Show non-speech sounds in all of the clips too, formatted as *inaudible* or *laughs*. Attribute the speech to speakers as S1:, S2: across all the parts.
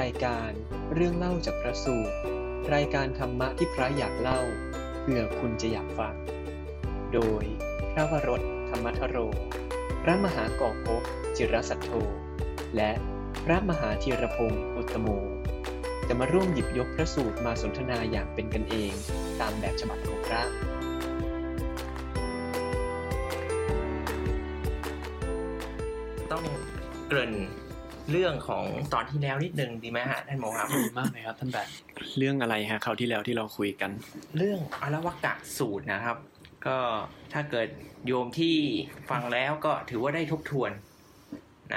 S1: รายการเรื่องเล่าจากพระสูตร รายการธรรมะที่พระอยากเล่าเผื่อคุณจะอยากฟัง โดยพระวรถธรรมทโร พระมหากอกภพจิรสัทโธ และพระมหาธีรพงศ์อุตตโม จะมาร่วมหยิบยกพระสูตรมาสนทนาอย่างเป็นกันเอง ตามแบบฉบับของพระ
S2: ต้องเกริ่นเรื่องของตอนที่แล้วนิดนึงดีไหมฮะท่านโมครับ
S3: ดีมากเลยครับท่านแบบเรื่องอะไรฮะคราวที่แล้วที่เราคุยกัน
S2: เรื่องอรวกะสูตรนะครับ ก็ถ้าเกิดโยมที่ฟังแล้วก็ถือว่าได้ทบทวน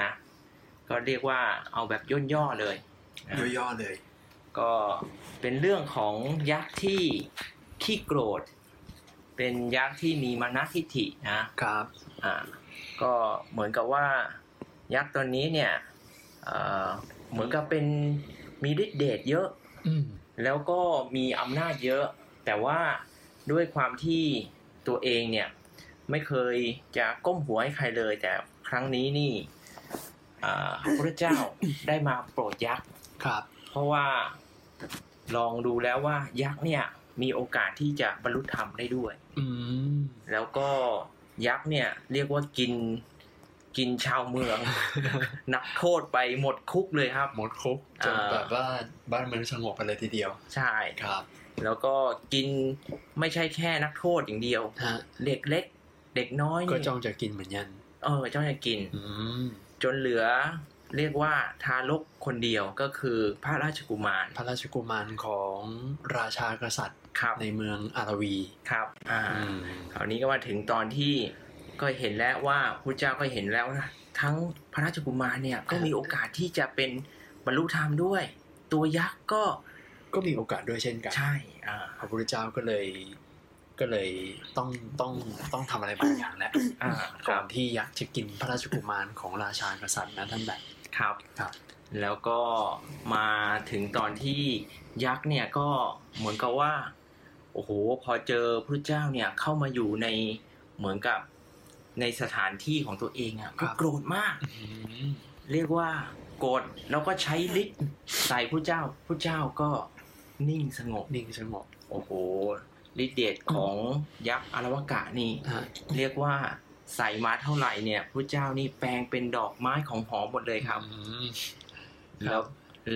S2: นะ ก็เรียกว่าเอาแบบย่นย่อเลยนะ
S4: ย่อๆเลย
S2: ก็เป็นเรื่องของยักษ์ที่ขี้โกรธ เป็นยักษ์ที่มีมานะทิฐินะ
S4: ครับ
S2: อ่าก็เหมือนกับว่ายักษ์ตัวนี้เนี่ยเอ่อเหมือนกับเป็นมีฤทธิ์เดชเยอะ
S4: อืม
S2: แล้วก็มีอำนาจเยอะ แต่ว่าด้วยความที่ตัวเองเนี่ยไม่เคยจะก้มหัวให้ใครเลย แต่ครั้งนี้นี่อ่าพระเจ้า *coughs* ได้มาโปรดยักษ์
S4: ครับ
S2: เพราะว่าลองดูแล้วว่ายักษ์เนี่ยมีโอกาสที่จะบรรลุธรรมได้ด้วย
S4: อืม
S2: แล้วก็ยักษ์เนี่ย เรียกว่ากินกินชาวเมื
S4: *laughs*
S2: อง นักโทษไปหมดคุกเลยครับ
S4: หมดครบจน
S2: อ่า
S4: แบบว่าบ้านเมืองสงบไปเลยทีเดียว
S2: ใช่
S4: ครับ
S2: แล้วก็กินไม่ใช่แค่นักโทษอย่างเดียว
S4: ฮะ
S2: เด็กเล็ก เด็กน้อย
S4: ก็
S2: นี่
S4: จองจะกินเหมือนกัน
S2: เออเจ้าจะกิน
S4: อืม
S2: จนเหลือเรียกว่าทารกคนเดียวก็คือพระราชกุมาร
S4: พระราชกุมารของราชากษัตริย์
S2: ครับ
S4: ในเมืองอาราวี
S2: ครับอ่า
S4: อืม
S2: คราวนี้ก็มาถึงตอนที่ก็เห็นแล้วว่าพระเจ้าก็เห็นแล้วนะทั้งพระราชกุมารเนี่ยก็มีโอกาสที่จะเป็นบรรลุธรรมด้วย ตัวยักษ์ก็
S4: ก็มีโอกาสด้วยเช่นกัน
S2: ใช่อ่า
S4: พระพุทธเจ้าก็เลย ก็เลยต้องต้องต้องทำอะไรบางอย่างแหละ
S2: อ่าค
S4: ก่อ
S2: รั
S4: น
S2: บ
S4: ที่ยักษ์จะกินพระราชกุมารของราชากษัตริย์นะท่านแบบ
S2: ครับ
S4: ครับ
S2: แล้วก็มาถึงตอนที่ยักษ์เนี่ยก็เหมือนกับว่า โอ้โห พอเจอพระเจ้าเนี่ยเข้ามาอยู่ในเหมือนกับในสถานที่ของตัวเองอ่ะก็โกรธมาก
S4: อืม
S2: เรียกว่าโกรธแล้วก็ใช้ฤทธิ์ใส่พระเจ้าพระเจ้าก็นิ่งสงบ
S4: นิ่งสงบ
S2: โอ้โหฤทธิ์เดชของยักษ์อารวกะนี่
S4: ฮะ
S2: เรียกว่าใส่มาเท่าไหร่เนี่ยพระเจ้านี่แปลงเป็นดอกไม้ของหอมหมดเลยครับ
S4: อืม ครับ
S2: แล้ว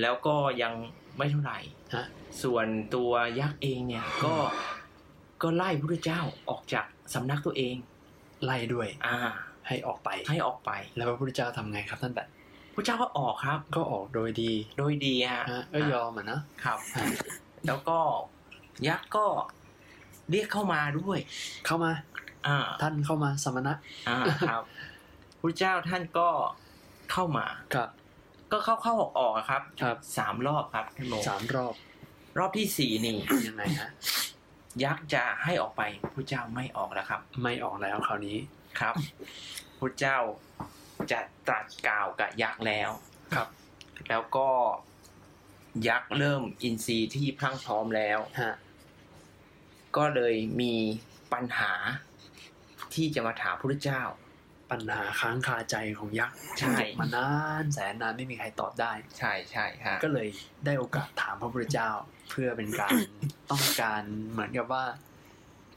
S2: แล้วก็ยังไม่เท่าไหร่
S4: ฮะ
S2: ส่วนตัวยักษ์เองเนี่ยก็ก็ไล่พระเจ้าออกจากสำนักตัวเอง
S4: ไล่ด้วย
S2: อ่า
S4: ให้ออกไป
S2: ให้ออกไป
S4: แล้วพระพุทธเจ้าทำไงครับท่านแบบ
S2: พระเจ้าก็ออกครับ
S4: ก็ออกโดยดี
S2: โดยดีฮะ
S4: ฮะก็ยอมอ่ะนะ
S2: ครับ
S4: ฮะ
S2: แล้วก็ยักษ์ก็เรียกเข้ามาด้วย
S4: เข้ามา
S2: อ่า
S4: ท่านเข้ามาสมณะ
S2: อ่าครับพระเจ้าท่านก็เข้ามา
S4: ครับ
S2: ก็เข้าเข้าออกออกอะครับ
S4: ครับ
S2: สามรอบครับท่านโม
S4: สามรอบ
S2: รอบที่สี่นี่
S4: ยังไงฮะ
S2: ยักษ์จะให้ออกไปพระเจ้าไม่ออกแล้วครับ
S4: ไม่ออกแล้วคราวนี้
S2: ครับพระเจ้าจะตรัสกล่าวกับยักษ์แล้ว
S4: ครับ
S2: แล้วก็ยักษ์เริ่มอินทรีย์ที่พรั่งพร้อมแล้ว
S4: ฮะ
S2: ก็เลยมีปัญหาที่จะมาถามพระเจ้า
S4: ปัญหาค้างคาใจของยักษ์
S2: ใช่
S4: เก็บมานานแสนนานไม่มีใครตอบได้
S2: ใช่ใช่ฮะ
S4: ก็เลยได้โอกาสถามพระพุทธเจ้าเพื่อเป็นการ ต้องการเหมือนกับว่า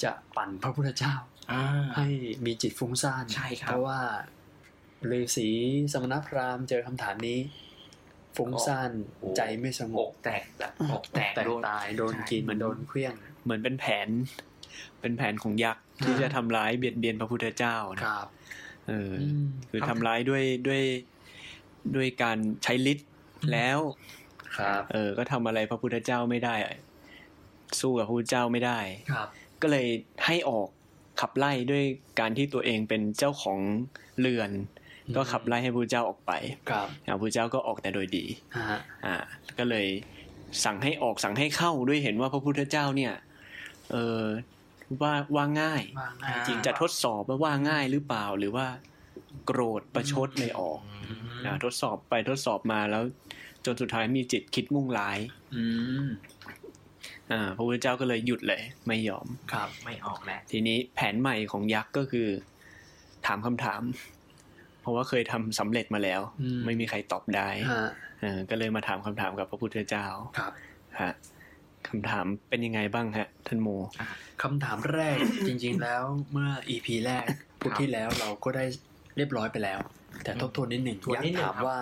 S4: จะปั่นพระพุทธเจ้า
S2: อ่า
S4: ให้มีจิตฟุ้งซ่าน
S2: ใช่ครับ
S4: เพราะว่าฤาษีสมณพราหมณ์เจอคำถามนี้ ฟุ้งซ่านใจไม่สง
S2: อบ กแตกแบบอกแตก
S4: แตก
S2: โดน
S4: ตายโดนกิน
S2: ใช่
S4: เหมือนโดนเครื่อง
S3: เหมือนเป็นแผน เป็นแผนของยักษ์ที่
S4: อ่า
S3: จะทำร้ายเบียดเบียนพระพุทธเจ้านะครับ เอออ
S4: ม
S3: คือทำร้ายด้วยด้วยด้วยการใช้ฤทธิ์แล้ว
S4: ครับ
S3: เออ ก็ทำอะไรพระพุทธเจ้าไม่ได้ สู้กับพระพุทธเจ้าไม่ได้
S4: ครับ
S3: ก็เลยให้ออกขับไล่ด้วยการที่ตัวเองเป็นเจ้าของเรือน
S4: อืม
S3: ก็ขับไล่ให้พระเจ้าออกไป
S4: ครับ
S3: อ่าพระเจ้าก็ออกแต่โดยดี
S4: ฮะ
S3: อ่า ก็เลยสั่งให้ออกสั่งให้เข้าด้วยเห็นว่าพระพุทธเจ้าเนี่ย เออว่าว่าง่าย
S4: ว่างาย
S2: อ่า
S4: จริง
S3: จะทดสอบว่าว่าง่ายหรือเปล่า หรือว่าโกรธประชดเลยออกนะทดสอบไปทดสอบมาแล้วจนสุดท้ายมีจิตคิดมุ่งร้าย
S4: อืม
S3: อ่าพระพุทธเจ้าก็เลยหยุดเลย ไม่ยอม
S4: ครับ
S2: ไม่ออกแล้ว
S3: ทีนี้แผนใหม่ของยักษ์ก็คือ ถามคำถาม เพราะว่าเคยทำสำเร็จมาแล้ว
S4: อืม
S3: ไม่มีใครตอบได้
S4: ฮะ
S3: เออก็เลยมาถามคำถามกับพระพุทธเจ้า
S4: ครับ
S3: ฮะคำถามเป็นยังไงบ้างฮะ ท่านโม
S4: คำถามแรก จริง ๆ แล้วเมื่อ EP แรกพุธที่แล้วเราก็ได้เรียบร้อยไปแล้ว แต่ทบทวนนิดหนึ่ง
S2: ทวน
S4: ยัก
S2: นิด
S4: ษ์
S2: หนึ่ง
S4: ถาม
S2: ครับ
S4: ว่า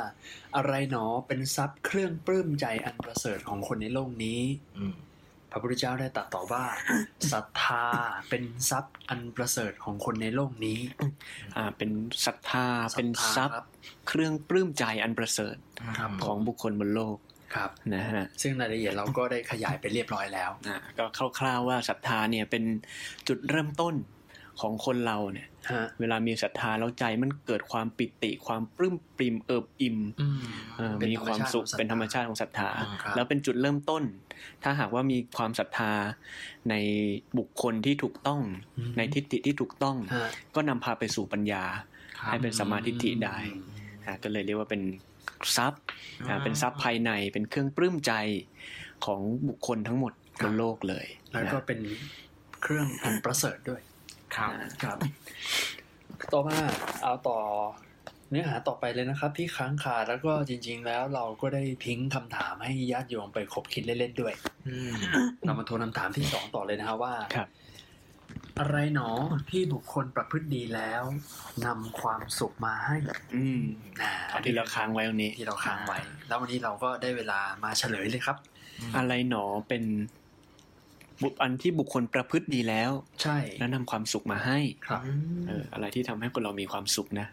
S4: อะไรหนอเป็นทรัพย์เครื่องปลื้มใจอันประเสริฐของคนในโลกนี้
S2: อืม
S4: พระพุทธเจ้าได้ตรัสต่อ *coughs* ว่าศรัทธาเป็นทรัพย์อันประเสริฐของคนในโลกนี้
S3: อ่า เป็นศรัทธาเป็นท
S4: ศ
S3: รั
S4: รั
S3: พ
S4: ท
S3: ย์
S4: ธา
S3: เครื่องปลื้มใจอันประเสริฐ
S4: ครับ
S3: ของบุคคลบนโลก
S4: ครับ
S3: นะฮะ
S4: ซึ่งรายละเอียดเราก็ได้ขยายไปเรียบร้อยแล้ว
S3: อ่ะก็คร่าวๆว่าศรัทธาเนี่ยเป็นจุดเริ่มต้นของคนเราเนี่ย
S4: ฮะ
S3: เวลามีศรัทธาแล้วใจมันเกิดความปิติ ความปลื้มปริมเอิบอิ่ม
S4: อืม
S3: เอ่อ
S4: เป็น
S3: มี
S4: ธรรม
S3: ความ
S4: ชาติ
S3: สุข
S4: ของศรัทธา
S3: เป็นธรรมชาติของศรัทธา
S2: อืมครับ
S3: แล้วเป็นจุดเริ่มต้น ถ้าหากว่ามีความศรัทธาในบุคคลที่ถูกต้อง
S4: อืม
S3: ในทิฏฐิที่ถูกต้อง
S4: ฮะ
S3: ก็นำพาไปสู่ปัญญา ให้เป็นสัมมาทิฏฐิได้อ่ะก็เลยเรียกว่าเป็นทรัพย์อ่ะเป็นทรัพย์ภายในเป็นเครื่องปลื้มใจของบุคคลทั้งหมดบนโลกเลย
S4: แล้วก็
S3: นะ
S4: เป็นเครื่องอันประเสริฐด้วย
S2: ครับ
S4: ครับ ต่อมาเอาต่อเนื้อหาต่อไปเลยนะครับ ที่ค้างคาแล้วก็จริง ๆ แล้วเราก็ได้ทิ้งคำถามให้ญาติโยมไปคบคิดเล่นๆด้วย
S2: อืม
S4: เรามาทวนคำถามที่สองต่อเลยนะครับว่า
S3: ครับ
S4: อะไรหนอที่บุคคลประพฤติดีแล้วนำความสุขมาให้
S3: อืม
S4: นะ
S3: เอาที่เราค้างไว้วันนี้
S4: ที่เราค้างไว้ แล้ววันนี้เราก็ได้เวลามาเฉลยเลยครับ
S3: อะไรหนอเป็นบุคอันที่บุคคลประพฤติดีแล้ว
S4: ใช่
S3: แล้วนำความสุขมาให้
S4: ครับ
S3: เอออะไรที่ทำให้คนเรามีความสุขนะ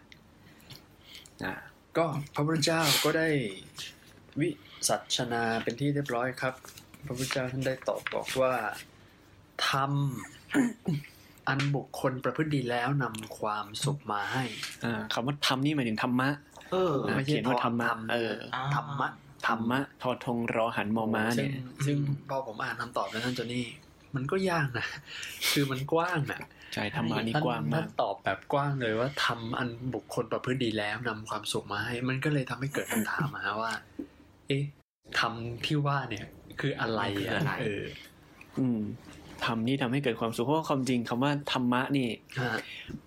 S3: อ่า
S4: ก็พระพุทธเจ้าก็ได้วิสัชนาเป็นที่เรียบร้อยครับ พระพุทธเจ้าท่านได้ตอบบอกว่าทำ
S3: *coughs*
S4: อันบุคคลประพฤติดีแล้วนำความสุขมาให้
S3: อ่าคำว่าธรรมนี่หมายถึงธรรมะ
S2: เออ
S3: อ่า
S4: ไม่
S3: เขี
S4: ใช่
S3: ยนว่าธรรมะเออ
S4: ธรรมะ
S3: ธรรมะทอทงรอหันมอม้า
S4: ซึ่
S3: เนี่
S4: ง
S3: ย
S4: ซึ่งพอผมอ่านคำตอบแล้วท่านโจนี่มันก็ยากนะ *laughs* คือมันกว้างอ่ะ
S3: ใช่ธรรมะนี่กว้างมา
S4: ท่
S3: ก
S4: นตอบแบบกว้างเลยว่าทำอันบุคคลประพฤติดีแล้วนำความสุขมาให้ มันก็เลยทำให้เกิดคำถามมาว่า *laughs* เอ๊ะทำที่ว่าเนี่ย คืออะไร
S2: คืออะไร
S4: เออ
S3: อืมธรรมนี่ทำให้เกิดความสุขเพราะว่าความจริงคำว่าธรรมะนี่
S4: ฮะ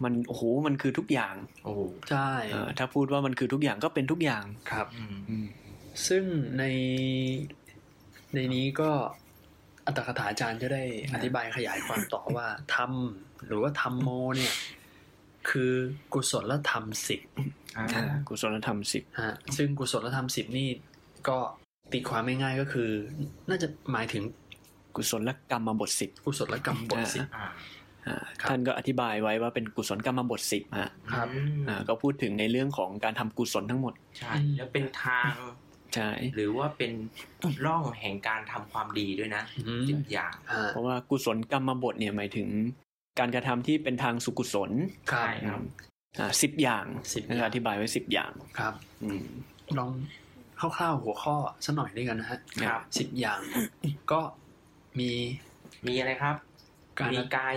S3: มันโอ้โหมันคือทุกอย่าง
S2: โอ้
S4: ใช่
S3: เออถ้าพูดว่ามันคือทุกอย่างก็เป็นทุกอย่าง
S4: ครับ
S2: อืม
S3: อืม
S4: ซึ่งในในนี้ก็อัตถกถาอาจารย์จะได้อธิบายขยายความต่อว่า *laughs* ธรรมหรือว่าธรรมโมเนี่ย คือกุศลธรรมสิบ
S3: อ่ากุศลธรรมสิบ
S4: ฮะซึ่งกุศลธรรมสิบนี่ก็ตีความง่ายๆก็คือ น่าจะหมายถึง
S3: กุศลกรรมบทสิบ
S4: กุศลกรรมบทสิบ
S2: อ่า
S3: อ่า
S4: ครับ
S3: ท่านก็อธิบายไว้ว่าเป็นกุศลกรรมบทสิบฮะ
S4: ครับ
S3: อ่าก็พูดถึงในเรื่องของการทำกุศลทั้งหมด
S2: ใช่ แล้วเป็นทาง
S3: ใช่
S2: หรือว่าเป็นร่องแห่งการทำความดีด้วยนะ
S4: อืม
S2: สิบอย่าง
S4: ฮะ
S3: เพราะว่ากุศลกรรมบทเนี่ยหมายถึง การกระทำที่เป็นทางสุกุศล
S4: ครั
S2: ใช่
S4: บ
S2: ครับ
S3: อ่าสิบอย่าง
S4: สิบ
S3: ท่านก็อธิบายไว้สิบอย่าง
S4: ครับ
S3: อืม
S4: ลองคร่าวๆหัวข้อสักหน่อยด้วยกันนะฮะ
S2: ครับ
S4: สิบ
S2: *coughs*
S4: อย่าง ก็มี
S2: มีอะไรครับ
S4: การ
S2: มี
S4: ละ
S2: กาย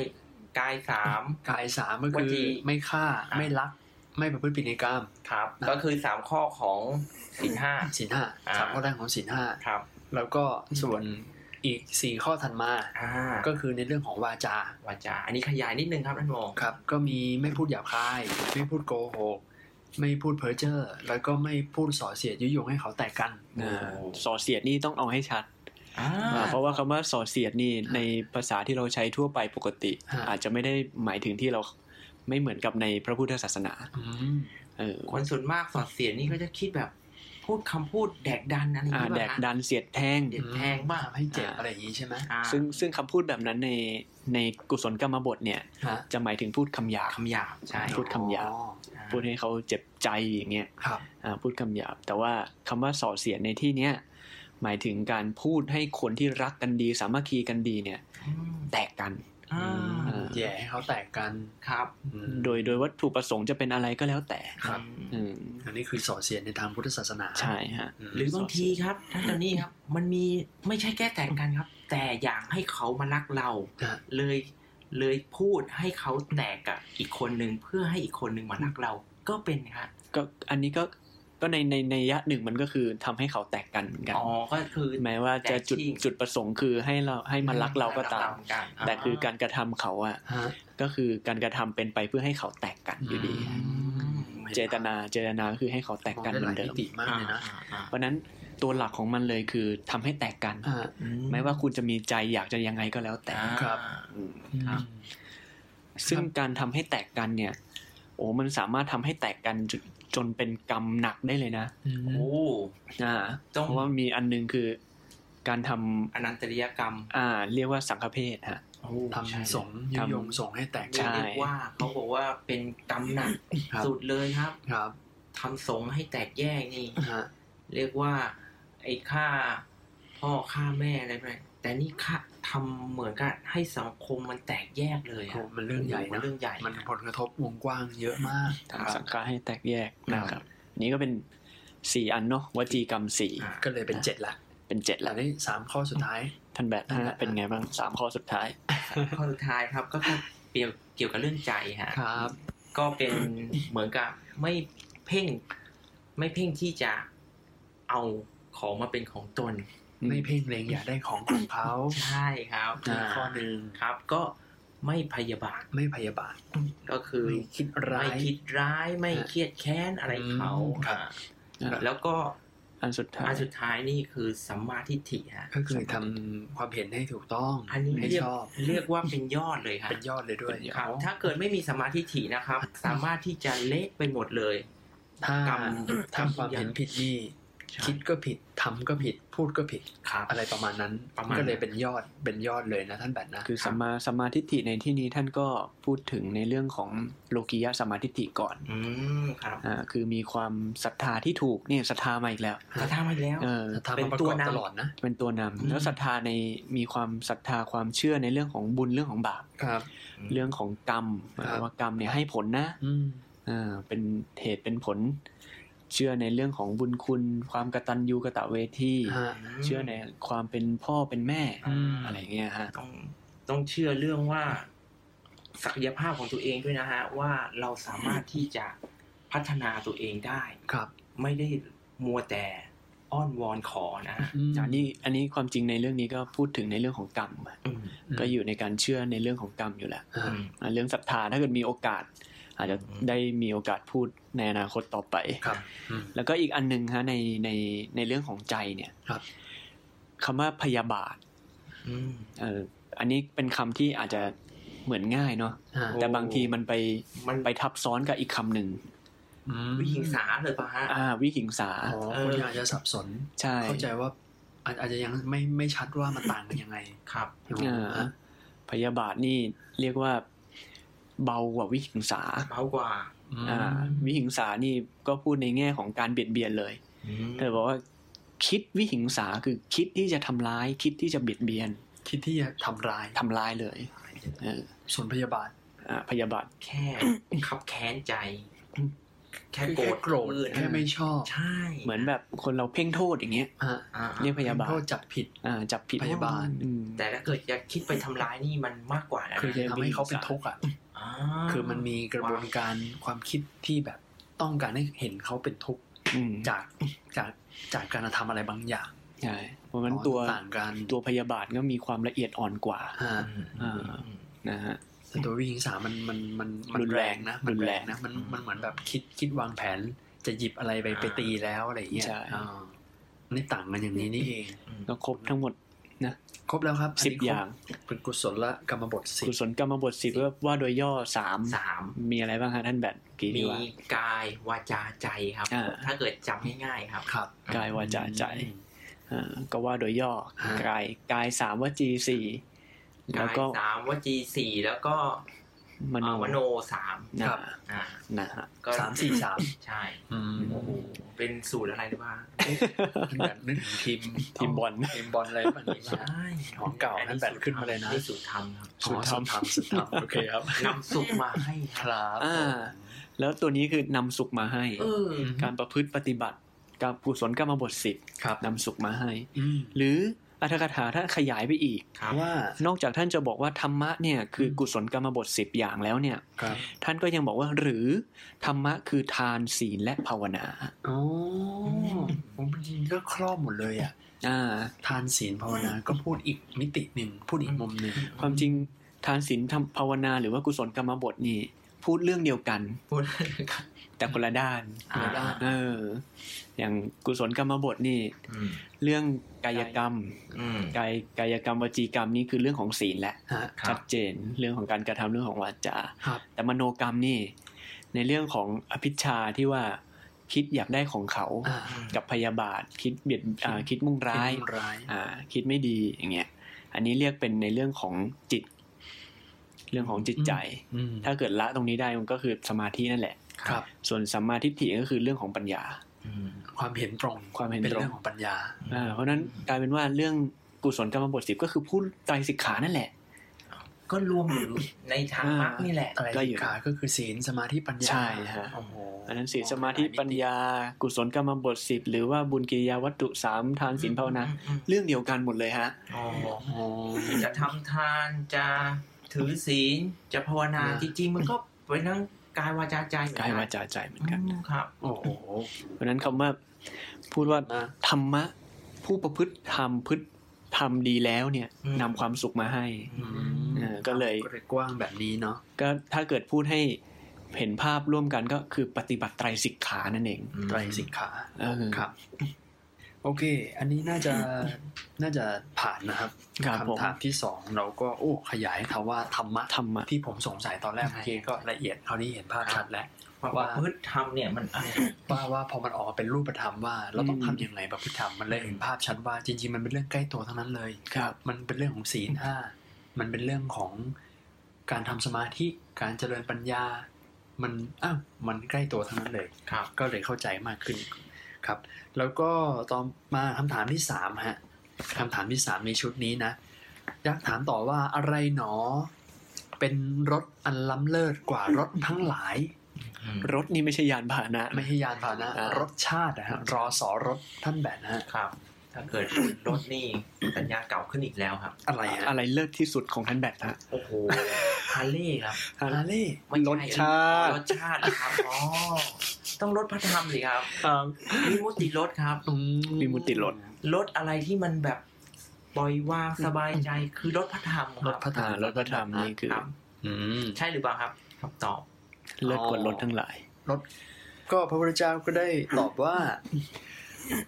S2: กายสาม
S4: กายสามก็
S2: ว
S4: คื
S2: จี
S4: อไม่ฆ่า
S2: อ่ะ
S4: ไม่ลัก ไม่ประพฤติผิดในกรรม
S2: ครับ ก็คือสามข้อของสี่ห้า
S4: ศีลห้า
S2: อ่า
S4: สามข้อแรกของศีลห้า
S2: ครับ
S4: แล้วก็ส่วนอีกสี่ข้อถัดมา
S2: อ่า
S4: ก็คือในเรื่องของวาจาว
S2: าจาอันนี้ขยายนิดนึงครับท่านโม
S4: ครับ ก็มีไม่พูดหยาบคาย ไม่พูดโกหกไม่พูดเพ้อเจ้อแล้วก็ไม่พูดส่อเสียดยุยงให้เขาแตกกัน
S3: อ่า ส่อเสียดนี่ต้องเอาให้ชัด
S2: อ่า
S3: อ่าเพราะว่าคำว่าส่อเสียดนี่ในภาษาที่เราใช้ทั่วไปปกติ
S4: ฮะ
S3: อาจจะไม่ได้หมายถึงที่เราไม่เหมือนกับในพระพุทธศาสนา
S4: อืม
S3: เออ
S2: คนส่วนมากสอดเสียงนี่ก็จะคิดแบบ พูดคำพูดแดกดันอะไรอย่าง
S3: อ่า
S2: เงี้ย
S3: แดกดันเสียดแทง
S2: เด็ดแทงบ้าง
S4: ทำให้เจ็บอะไรอย่างนี้ใช่ไหม
S2: อ่า
S3: ซึ่งซึ่งคำพูดแบบนั้นในในกุศลกรรมบทเนี่ย
S4: ฮะ
S3: จะหมายถึงพูดคำหยาบ
S2: คำหยาบใช่
S3: พูดคำหยาบ
S4: อ๋อ
S2: อ่า
S3: พูดให้เขาเจ็บใจอย่างเงี้ย
S4: ครับ
S3: อ่าพูดคำหยาบ แต่ว่าคำว่าส่อเสียดในที่เนี้ยหมายถึงการพูดให้คนที่รักกันดี สามัคคีกันดีเนี่ย
S2: อืม
S3: แตกกัน
S2: อ่า
S4: อืมแย่ให้เขาแตกกัน
S2: ครับ
S4: อืม
S3: โดยโดยวัตถุประสงค์จะเป็นอะไรก็แล้วแต่
S4: ครับ
S3: อืม
S4: อันนี้คือส่อเสียดในทางพุทธศาสนา
S3: ใช่ฮะ
S4: ม
S2: หรือบางทีครับท่านเจ้านี่ครับ มันมีไม่ใช่แก้แตกกันครับ แต่อยากให้เขามารักเรา
S4: ฮะ
S2: เลยเลยพูดให้เขาแตกกับอีกคนหนึ่งเพื่อให้อีกคนหนึ่งมารักเรา ก็เป็นครับ
S3: ก็อันนี้ก็ก็ในในในยะหนึ่งมันก็คือทำให้เขาแตกกันเหมือนกัน
S2: อ๋อก็คือ
S3: แม้ว่าจะจุดจุดประสงค์คือให้เราให้มันรักเราก็ตาม
S2: กัน
S3: แต่คือการกระทำเขาอะ
S4: ฮะ
S3: ก็คือการกระทำเป็นไปเพื่อให้เขาแตกกันอยู่ดี
S4: อืม
S2: อืม
S4: เห็
S3: เจตนาเจตนาก็คือให้เขาแตก
S4: มอง
S3: กัน
S4: ได้
S3: เหมือ
S4: หลาย
S3: นเดิ
S4: มิ
S3: ม
S4: ติมาก
S2: อ่า
S4: เลยนะ
S2: อ่า
S3: เพราะฉะนั้นตัวหลักของมันเลยคือทำให้แตกกัน
S4: อ่า
S2: อื
S3: ไม่ว่าคุณจะมีใจอยากจะยังไงก็แล้วแต่
S2: อ่า
S4: ครับ
S3: ครับ ซึ่งการทำให้แตกกันเนี่ย โอ้มันสามารถทำให้แตกกันจนจนเป็นกรรมหนักได้เลยนะ
S2: โอ้
S3: อ่า
S2: ต้อง
S3: เพราะว่ามีอันหนึงคือการทำ
S2: อนันตริยกรรม
S3: อ่า เรียกว่าสังฆเพศฮะ
S4: ท
S2: ใช่
S4: ำสงฆ์ยุยงสงฆ์ให้แตก
S2: เรี
S3: ใช่
S4: กัน
S2: ยกว่าเขาบอกว่าเป็นกรรมหนัก
S4: ครับ
S2: สุดเลยครับ
S4: ครับ
S2: ทำสงฆ์ให้แตกแยกนี่
S4: ฮะ
S2: เรียกว่า ไอ้ฆ่าพ่อฆ่าแม่อะไรไปแต่นี่ฆ่าทำเหมือนกับให้สังคมมันแตกแยกเลย
S4: โอ้
S2: อะ
S4: มันเรื่องใหญ่
S2: มั
S4: นะ
S2: เรื่องใหญ่
S4: มัน *laughs* ผลกระทบวงกว้างเยอะมาก
S3: ทำสังฆาให้แตกแยกนะครับ นี่ก็เป็นสี่อันเนาะวจีกรรมสี่
S2: อ่ะ
S4: ก็เลยเป็นเจ็ดละ
S3: เป็นเจ็ด
S4: แล้
S3: แล้ว ว
S4: นี่สามข้อสุดท้าย
S3: ท่านแบทฮะเป็นไงบ้างสามข้อสุดท้าย
S2: ข้อสุดท้ายครับก็คือเกี่ยวเกี่ยวกับเรื่องใจฮะ
S4: ครับ
S2: ก็เป็น *coughs* เหมือนกับไม่เพ่ง ไม่เพ่งที่จะเอาของมาเป็นของตน
S4: ไม่เพ่งเลงอยากได้ของของเขา
S2: ใช่ครับ
S4: นี่
S2: อ่า
S4: ข้อหนึ่ง
S2: ครับ ก็ไม่พยาบาท
S4: ไม่พยาบาท
S2: ก็คือ
S4: ไม่คิดร้า
S2: ไม่
S4: ย
S2: คิดร้ายไม่เครียดแค้นอะไรเขา
S4: อืมครับ
S2: อ่าแล้วก็
S3: อันสุดท้าย
S2: อันสุดท้ายนี่คือสัมมาทิฏฐิฮะ
S4: ก็คือทำความเห็นให้ถูกต้อง
S2: อันนี้
S4: ให้
S2: เรียก
S4: ชอบ
S2: เรียกว่าเป็นยอดเลยครับ
S4: เป็นยอดเลยด้วย
S2: ครับ ถ้าเกิดไม่มีสัมมาทิฏฐินะครับ สามารถที่จะเละไปหมดเลย
S4: ถ้าก
S2: รรม
S4: ถ้าความเห็นผิดนี่
S2: ใช่
S4: คิดก็ผิดทำก็ผิดพูดก็ผิด
S2: ครับ
S4: อะไรประมาณนั้น
S2: ประมาณนั้น
S4: ก็เลยเป็นยอดเป็นยอดเลยนะท่านแบทนะ
S3: คือสัมมาสัมมาทิฏฐิในที่นี้ท่านก็พูดถึงในเรื่องของโลกิยะสัมมาทิฏฐิก่อน
S2: อืมครับ
S3: อ่าคือมีความศรัทธาที่ถูกเนี่ยศรัทธามาอีกแล้ว
S2: ก็ทำมาแล้ว
S3: เออ
S4: ทำ
S2: เป็น
S4: มาประ
S2: ตัว
S4: กอบ
S2: นำ
S4: ตลอดนะ
S3: เป็นตัวนำ
S4: อืม
S3: แล้วศรัทธาในมีความศรัทธาความเชื่อในเรื่องของบุญเรื่องของบาป
S4: ครับ
S3: เรื่องของกรรม
S4: ครับ
S3: ว่ากรรมเนี่ยให้ผลนะ
S4: อืม
S3: อ่าเป็นเหตุเป็นผล เชื่อในเรื่องของบุญคุณ ความกตัญญูกตเวที
S4: ฮะ
S3: เชื่อในความเป็นพ่อเป็นแม่
S4: อืม
S3: อะไรเงี้ยฮะ
S2: ต้องต้องเชื่อเรื่องว่า ศักยภาพของตัวเองด้วยนะฮะ ว่าเราสามารถที่จะพัฒนาตัวเองได้
S4: ครับ
S2: ไม่ได้มัวแต่อ้อนวอนขอนะฮะ
S4: อืม
S3: อันนี้อันนี้ความจริงในเรื่องนี้ก็พูดถึงในเรื่องของกรรมอะ
S2: อืม
S4: อืม
S3: ก็อยู่ในการเชื่อในเรื่องของกรรมอยู่แหละ
S4: อ่า
S2: อืม
S3: อ่ะเรื่องศรัทธาถ้าเกิดมีโอกาส อาจจะ
S2: อืม
S3: ได้มีโอกาสพูดในอนาคตต่อไป
S4: ครับอืม
S3: แล้วก็อีกอันหนึ่งฮะในในในเรื่องของใจเนี่ย
S4: ครับ
S3: คำว่าพยาบาท
S2: อืม
S3: เอ่ออันนี้เป็นคำที่อาจจะเหมือนง่ายเนาะ
S4: อ่า
S2: โอ้
S3: แต่บางทีมันไป
S2: มัน
S3: ไปทับซ้อนกับอีกคำหนึ่ง
S4: อืม
S2: วิหิงสาเลยปะฮะ
S3: อ่าวิหิงสา
S4: อ๋อ
S2: เออ
S4: คนอาจจะสับสน
S3: ใช่
S4: เข้าใจว่าอาจอาจจะยังไม่ไม่ชัดว่ามันต่างกันยังไง
S2: ครับ
S3: อ่า
S4: ฮะ
S3: พยาบาทนี่เรียกว่าเบากว่าวิหิงสา
S2: เบากว่า
S3: อ่าวิหิงสานี่ก็พูดในแง่ของการเบียดเบียนเลย เธอบอกว่าคิดวิหิงสาคือคิดที่จะทำร้าย คิดที่จะเบียดเบียน
S4: คิดที่จะทำร้าย
S3: ทำร้ายเลยเออ
S4: ส่วนพยาบาท
S3: อ่าพยาบาท
S2: แค่ขับแค้นใจ แค่
S4: คือ
S2: โกร
S4: แค่
S2: ธ
S4: โกรธแค่ไม่ชอบ
S2: ใช่
S3: เหมือนแบบคนเราเพ่งโทษอย่างเงี้ย
S4: ฮะ
S2: อ่า
S3: เรียกพยาบาท
S4: โทษจับผิด
S3: อ่าจับผิด
S4: พยาบาล
S3: อืม
S2: แต่ถ้าเกิดจะคิดไปทำร้ายนี่มันมากกว่าแล้ว
S4: คือ
S2: นะ
S4: จะทำให้เขาเป็นทุกข์อ่ะ
S2: า
S4: คือมันมีกระบวนการความคิดที่แบบต้องการให้เห็นเขาเป็นทุกข์
S3: อืม
S4: จากจากจากการทำอะไรบางอย่าง
S3: ใช่เพราะมันตัว
S4: ต่างกัน
S3: ตัวพยาบาทก็มีความละเอียดอ่อนกว่า
S4: ฮะ
S2: อ่า
S3: นะฮะ
S4: แต่ตัววิหิงสามันมันมันมั
S3: รุ
S4: น
S3: น
S4: แร
S3: แรง ง
S4: นะมั
S3: รุนแรง
S4: นะมันมันเหมือนแบบคิดคิดวางแผน จะหยิบอะไรไป
S2: อ่า
S4: ไปตีแล้วอะไรอย่างเงี้ย
S3: ใช่
S4: อ่านี่ต่างกันอย่างนี้นี่เอง
S3: ก็ครบทั้งหมด
S4: ครบแล้วครับน
S3: สิบอ
S4: นี้คร
S3: ย่าง
S4: เป็นกุศลละกรรมบทสิบ
S3: กุศลกรรมบทสิบก็ว่าโดยย่อสาม
S2: สาม
S3: มีอะไรบ้างฮะท่านแบทกี่ดี
S2: มี
S3: ว่า
S2: กายวาจาใจครับ
S3: อ่า
S2: ถ้าเกิดจำง่ายๆครับ
S4: ครับ
S3: กายวาจาใจ
S4: อืม
S3: อ่าก็ว่าโดยย่อ
S4: ฮะ
S3: กายกายสามวจีสี่แล้
S2: กา
S3: วย ก็
S2: สามวจีสี่แล้วก็
S3: มโน
S2: อ่ามโนสาม
S3: นะครับ
S2: อ่า
S3: นะฮะ *laughs*
S2: ก็
S4: สามสี่สาม
S2: ใช่
S4: อืม
S2: โอ้โหเป็นสูตรอะไรหรือเปล่า
S4: ท่านแบบนึกถึงทีม
S3: ทีมบอล
S4: ทีมบอลอะไรแบบนี้นะ
S2: ใช่
S4: ของเก่านั่นแบนขึ้นมาเลยนะ
S2: นี่สูตรทำครับ
S4: อ๋อสุดทำสุดทำโอเคครับ
S2: นำสุกมาให้ค
S4: ครับ รับ
S3: อ่า แล้วตัวนี้คือนำสุขมาให้
S2: เออ
S3: การประพฤติปฏิบัติกับกุศลกรรมบทสิบ
S4: ครับ
S3: นำสุขมาให้
S4: อืม
S3: หรืออัธกถาท่านขยายไปอีก
S2: ครับ
S4: ว่า
S3: นอกจากท่านจะบอกว่าธรรมะเนี่ยคืออ
S4: ม
S3: กุศลกรรมบทสิบอย่างแล้วเนี่ย
S4: ครับ
S3: ท่านก็ยังบอกว่าหรือธรรมะคือทานศีลและภาวนา
S4: โอ้ผมจริงๆก็ครอบหมดเลยอ่ะ
S3: อ่า
S4: ทานศีลภาวนาก็พูดอีกมิติหนึ่งพูดอีกมุมหนึ่ง
S3: ความจริงทานศีลทำภาวนา หรือว่ากุศลกรรมบทนี่พูดเรื่องเดียวกัน
S2: พูดเลยครับ
S3: แต่คนละด้าน
S2: อ่า
S4: ได้
S3: เออ อย่างกุศลกรรมบทนี่
S2: อืม
S3: เรื่องกายกรรม
S2: อืม
S3: กายกายกรรมวจีกรรมนี่คือเรื่องของศีลแหละ
S4: ฮะ
S2: ครับ
S3: ชัดเจนเรื่องของการกระทำเรื่องของวาจา
S4: ครับ
S3: แต่มโนกรรมนี่ ในเรื่องของอภิชฌาที่ว่าคิดอยากได้ของเขา
S4: อ่า
S3: กับพยาบาทคิดเบียดอ่าคิดมุ่งร้าย
S4: เป็นร้าย
S3: อ่า คิดไม่ดีอย่างเงี้ยอันนี้เรียกเป็นในเรื่องของจิต เรื่องของจิตใจ
S4: อืม
S3: ถ้าเกิดละตรงนี้ได้มันก็คือสมาธินั่นแหละ
S4: ครับ
S3: ส่วนสัมมาทิฏฐิก็คือเรื่องของปัญญา
S2: อืม
S4: ความเห็นตรง
S3: ความเห็น
S4: เป็น
S3: ตรง
S4: เรื่องของปัญญา
S3: อ่าเพราะฉะนั้นกลายเป็นว่าเรื่องกุศลกรรมบทสิบก็คือพูดไตรสิกขานั่นแหละ
S2: ก็รวมอยู่ในทางมรรคนี่แหละ
S4: ไตร
S3: ก็
S4: สิ
S3: อยู่
S4: กขาก็คือศีลสมาธิปัญญา
S3: ใช่ฮะ
S4: โอ้โห
S3: อันนั้นศีลสมาธิปัญญา กุศลกรรมบทสิบหรือว่าบุญกิริยาวัตถุสามทานศีลภาวนา
S2: อืม
S3: เรื่องเดียวกันหมดเลยฮะ
S2: อ๋อ
S4: โอ้
S2: *coughs* จะทำทานจะถือศีลจะภาวนา
S4: อ่า
S2: จริงๆ มันก็เป็นทั้งกายวาจาใจ
S3: กายวาจาใจเหมือนกัน
S2: อืมครับ
S4: โอ้โห
S3: เพราะฉะนั้นคำว่าพูดว่า
S4: นะ
S3: ธรรมะ ผู้ประพฤติธรรมพฤติธรรมดีแล้วเนี่ย
S2: อืม
S3: นำความสุขมาให้
S2: อืม
S3: เออก็เลย
S4: ก็เลยกว้างแบบนี้เนาะ
S3: ก็ถ้าเกิดพูดให้เห็นภาพร่วมกันก็คือปฏิบัติไตรสิกขานั่นเอง
S4: ไตรสิกขา
S3: เออ
S4: ครับ โอเค อันนี้น่าจะน่าจะผ่านนะครับ
S3: ครับผม
S4: คำถามที่สองเราก็โอ้ขยายคำว่าธรรมะ
S3: ธรรมะ
S4: ที่ผมสงสัยตอนแรกเมื่อกี้ก็ละเอียดคราวนี้เห็นภาพชัดแล้ว
S2: ความ
S4: ว่า
S2: ประพฤติธรรมเนี่ยมันอะไร
S4: *coughs* ว่าว่าพอมันออกมาเป็นรูปธรรมว่า เราต้อง
S3: อืม
S4: ทำยังไงประพฤติธรรมมันเลยเห็นภาพชัดว่าจริงๆ มันเป็นเรื่องใกล้ตัวทั้งนั้นเลย
S3: ครับ
S4: มันเป็นเรื่องของศีลห้า มันเป็นเรื่องของการทำสมาธิ การเจริญปัญญา มันอ้าวมันใกล้ตัวทั้งนั้นเลย
S2: ครับ
S4: ก็เลยเข้าใจมากขึ้นครับ แล้วก็ต่อมาคำถามที่สามฮะคำถามที่สามในชุดนี้นะ อยากถามต่อว่าอะไรหนอ เป็นรถอันล้ำเลิศกว่ารถทั้งหลาย
S3: รถนี่ไม่ใช่ยานพาหนะ
S4: ไม่ใช่ยานพาหนะ
S3: อ่าร ร
S4: ถชาตินะฮะรอสอรถท่านแบบนะฮะ
S2: ครับ ถ้าเกิดรถนี่สัญญาเก่าขึ้นอีกแล้วครับ
S4: อะไร
S3: อะ
S4: ฮะ
S3: ไรเลิศที่สุดของท่านแบทฮะ
S2: โอ้โหฮาร์เลย์ครับ
S4: ฮาร์เล่
S2: ไม่ใช่
S3: รถชาติ
S2: รถชาติครับอ๋อต้องรถพระธรรมสิครับวิมุตติรถครับ
S3: วิมุตติรถ
S2: รถอะไรที่มันแบบปล่อยวางสบายใจคือรถพระธรรมค
S4: ร
S2: รั
S4: ถ
S2: บ
S4: พระธรร
S3: อ่ามรถพระธรรมนี่คือ
S2: ครับ
S4: อืม
S2: ใช่หรือเปล่าครับคำตอบ
S3: เลิศกว่ารถทั้งหลาย
S4: รถก็พระพุทธเจ้าก็ได้ตอบว่า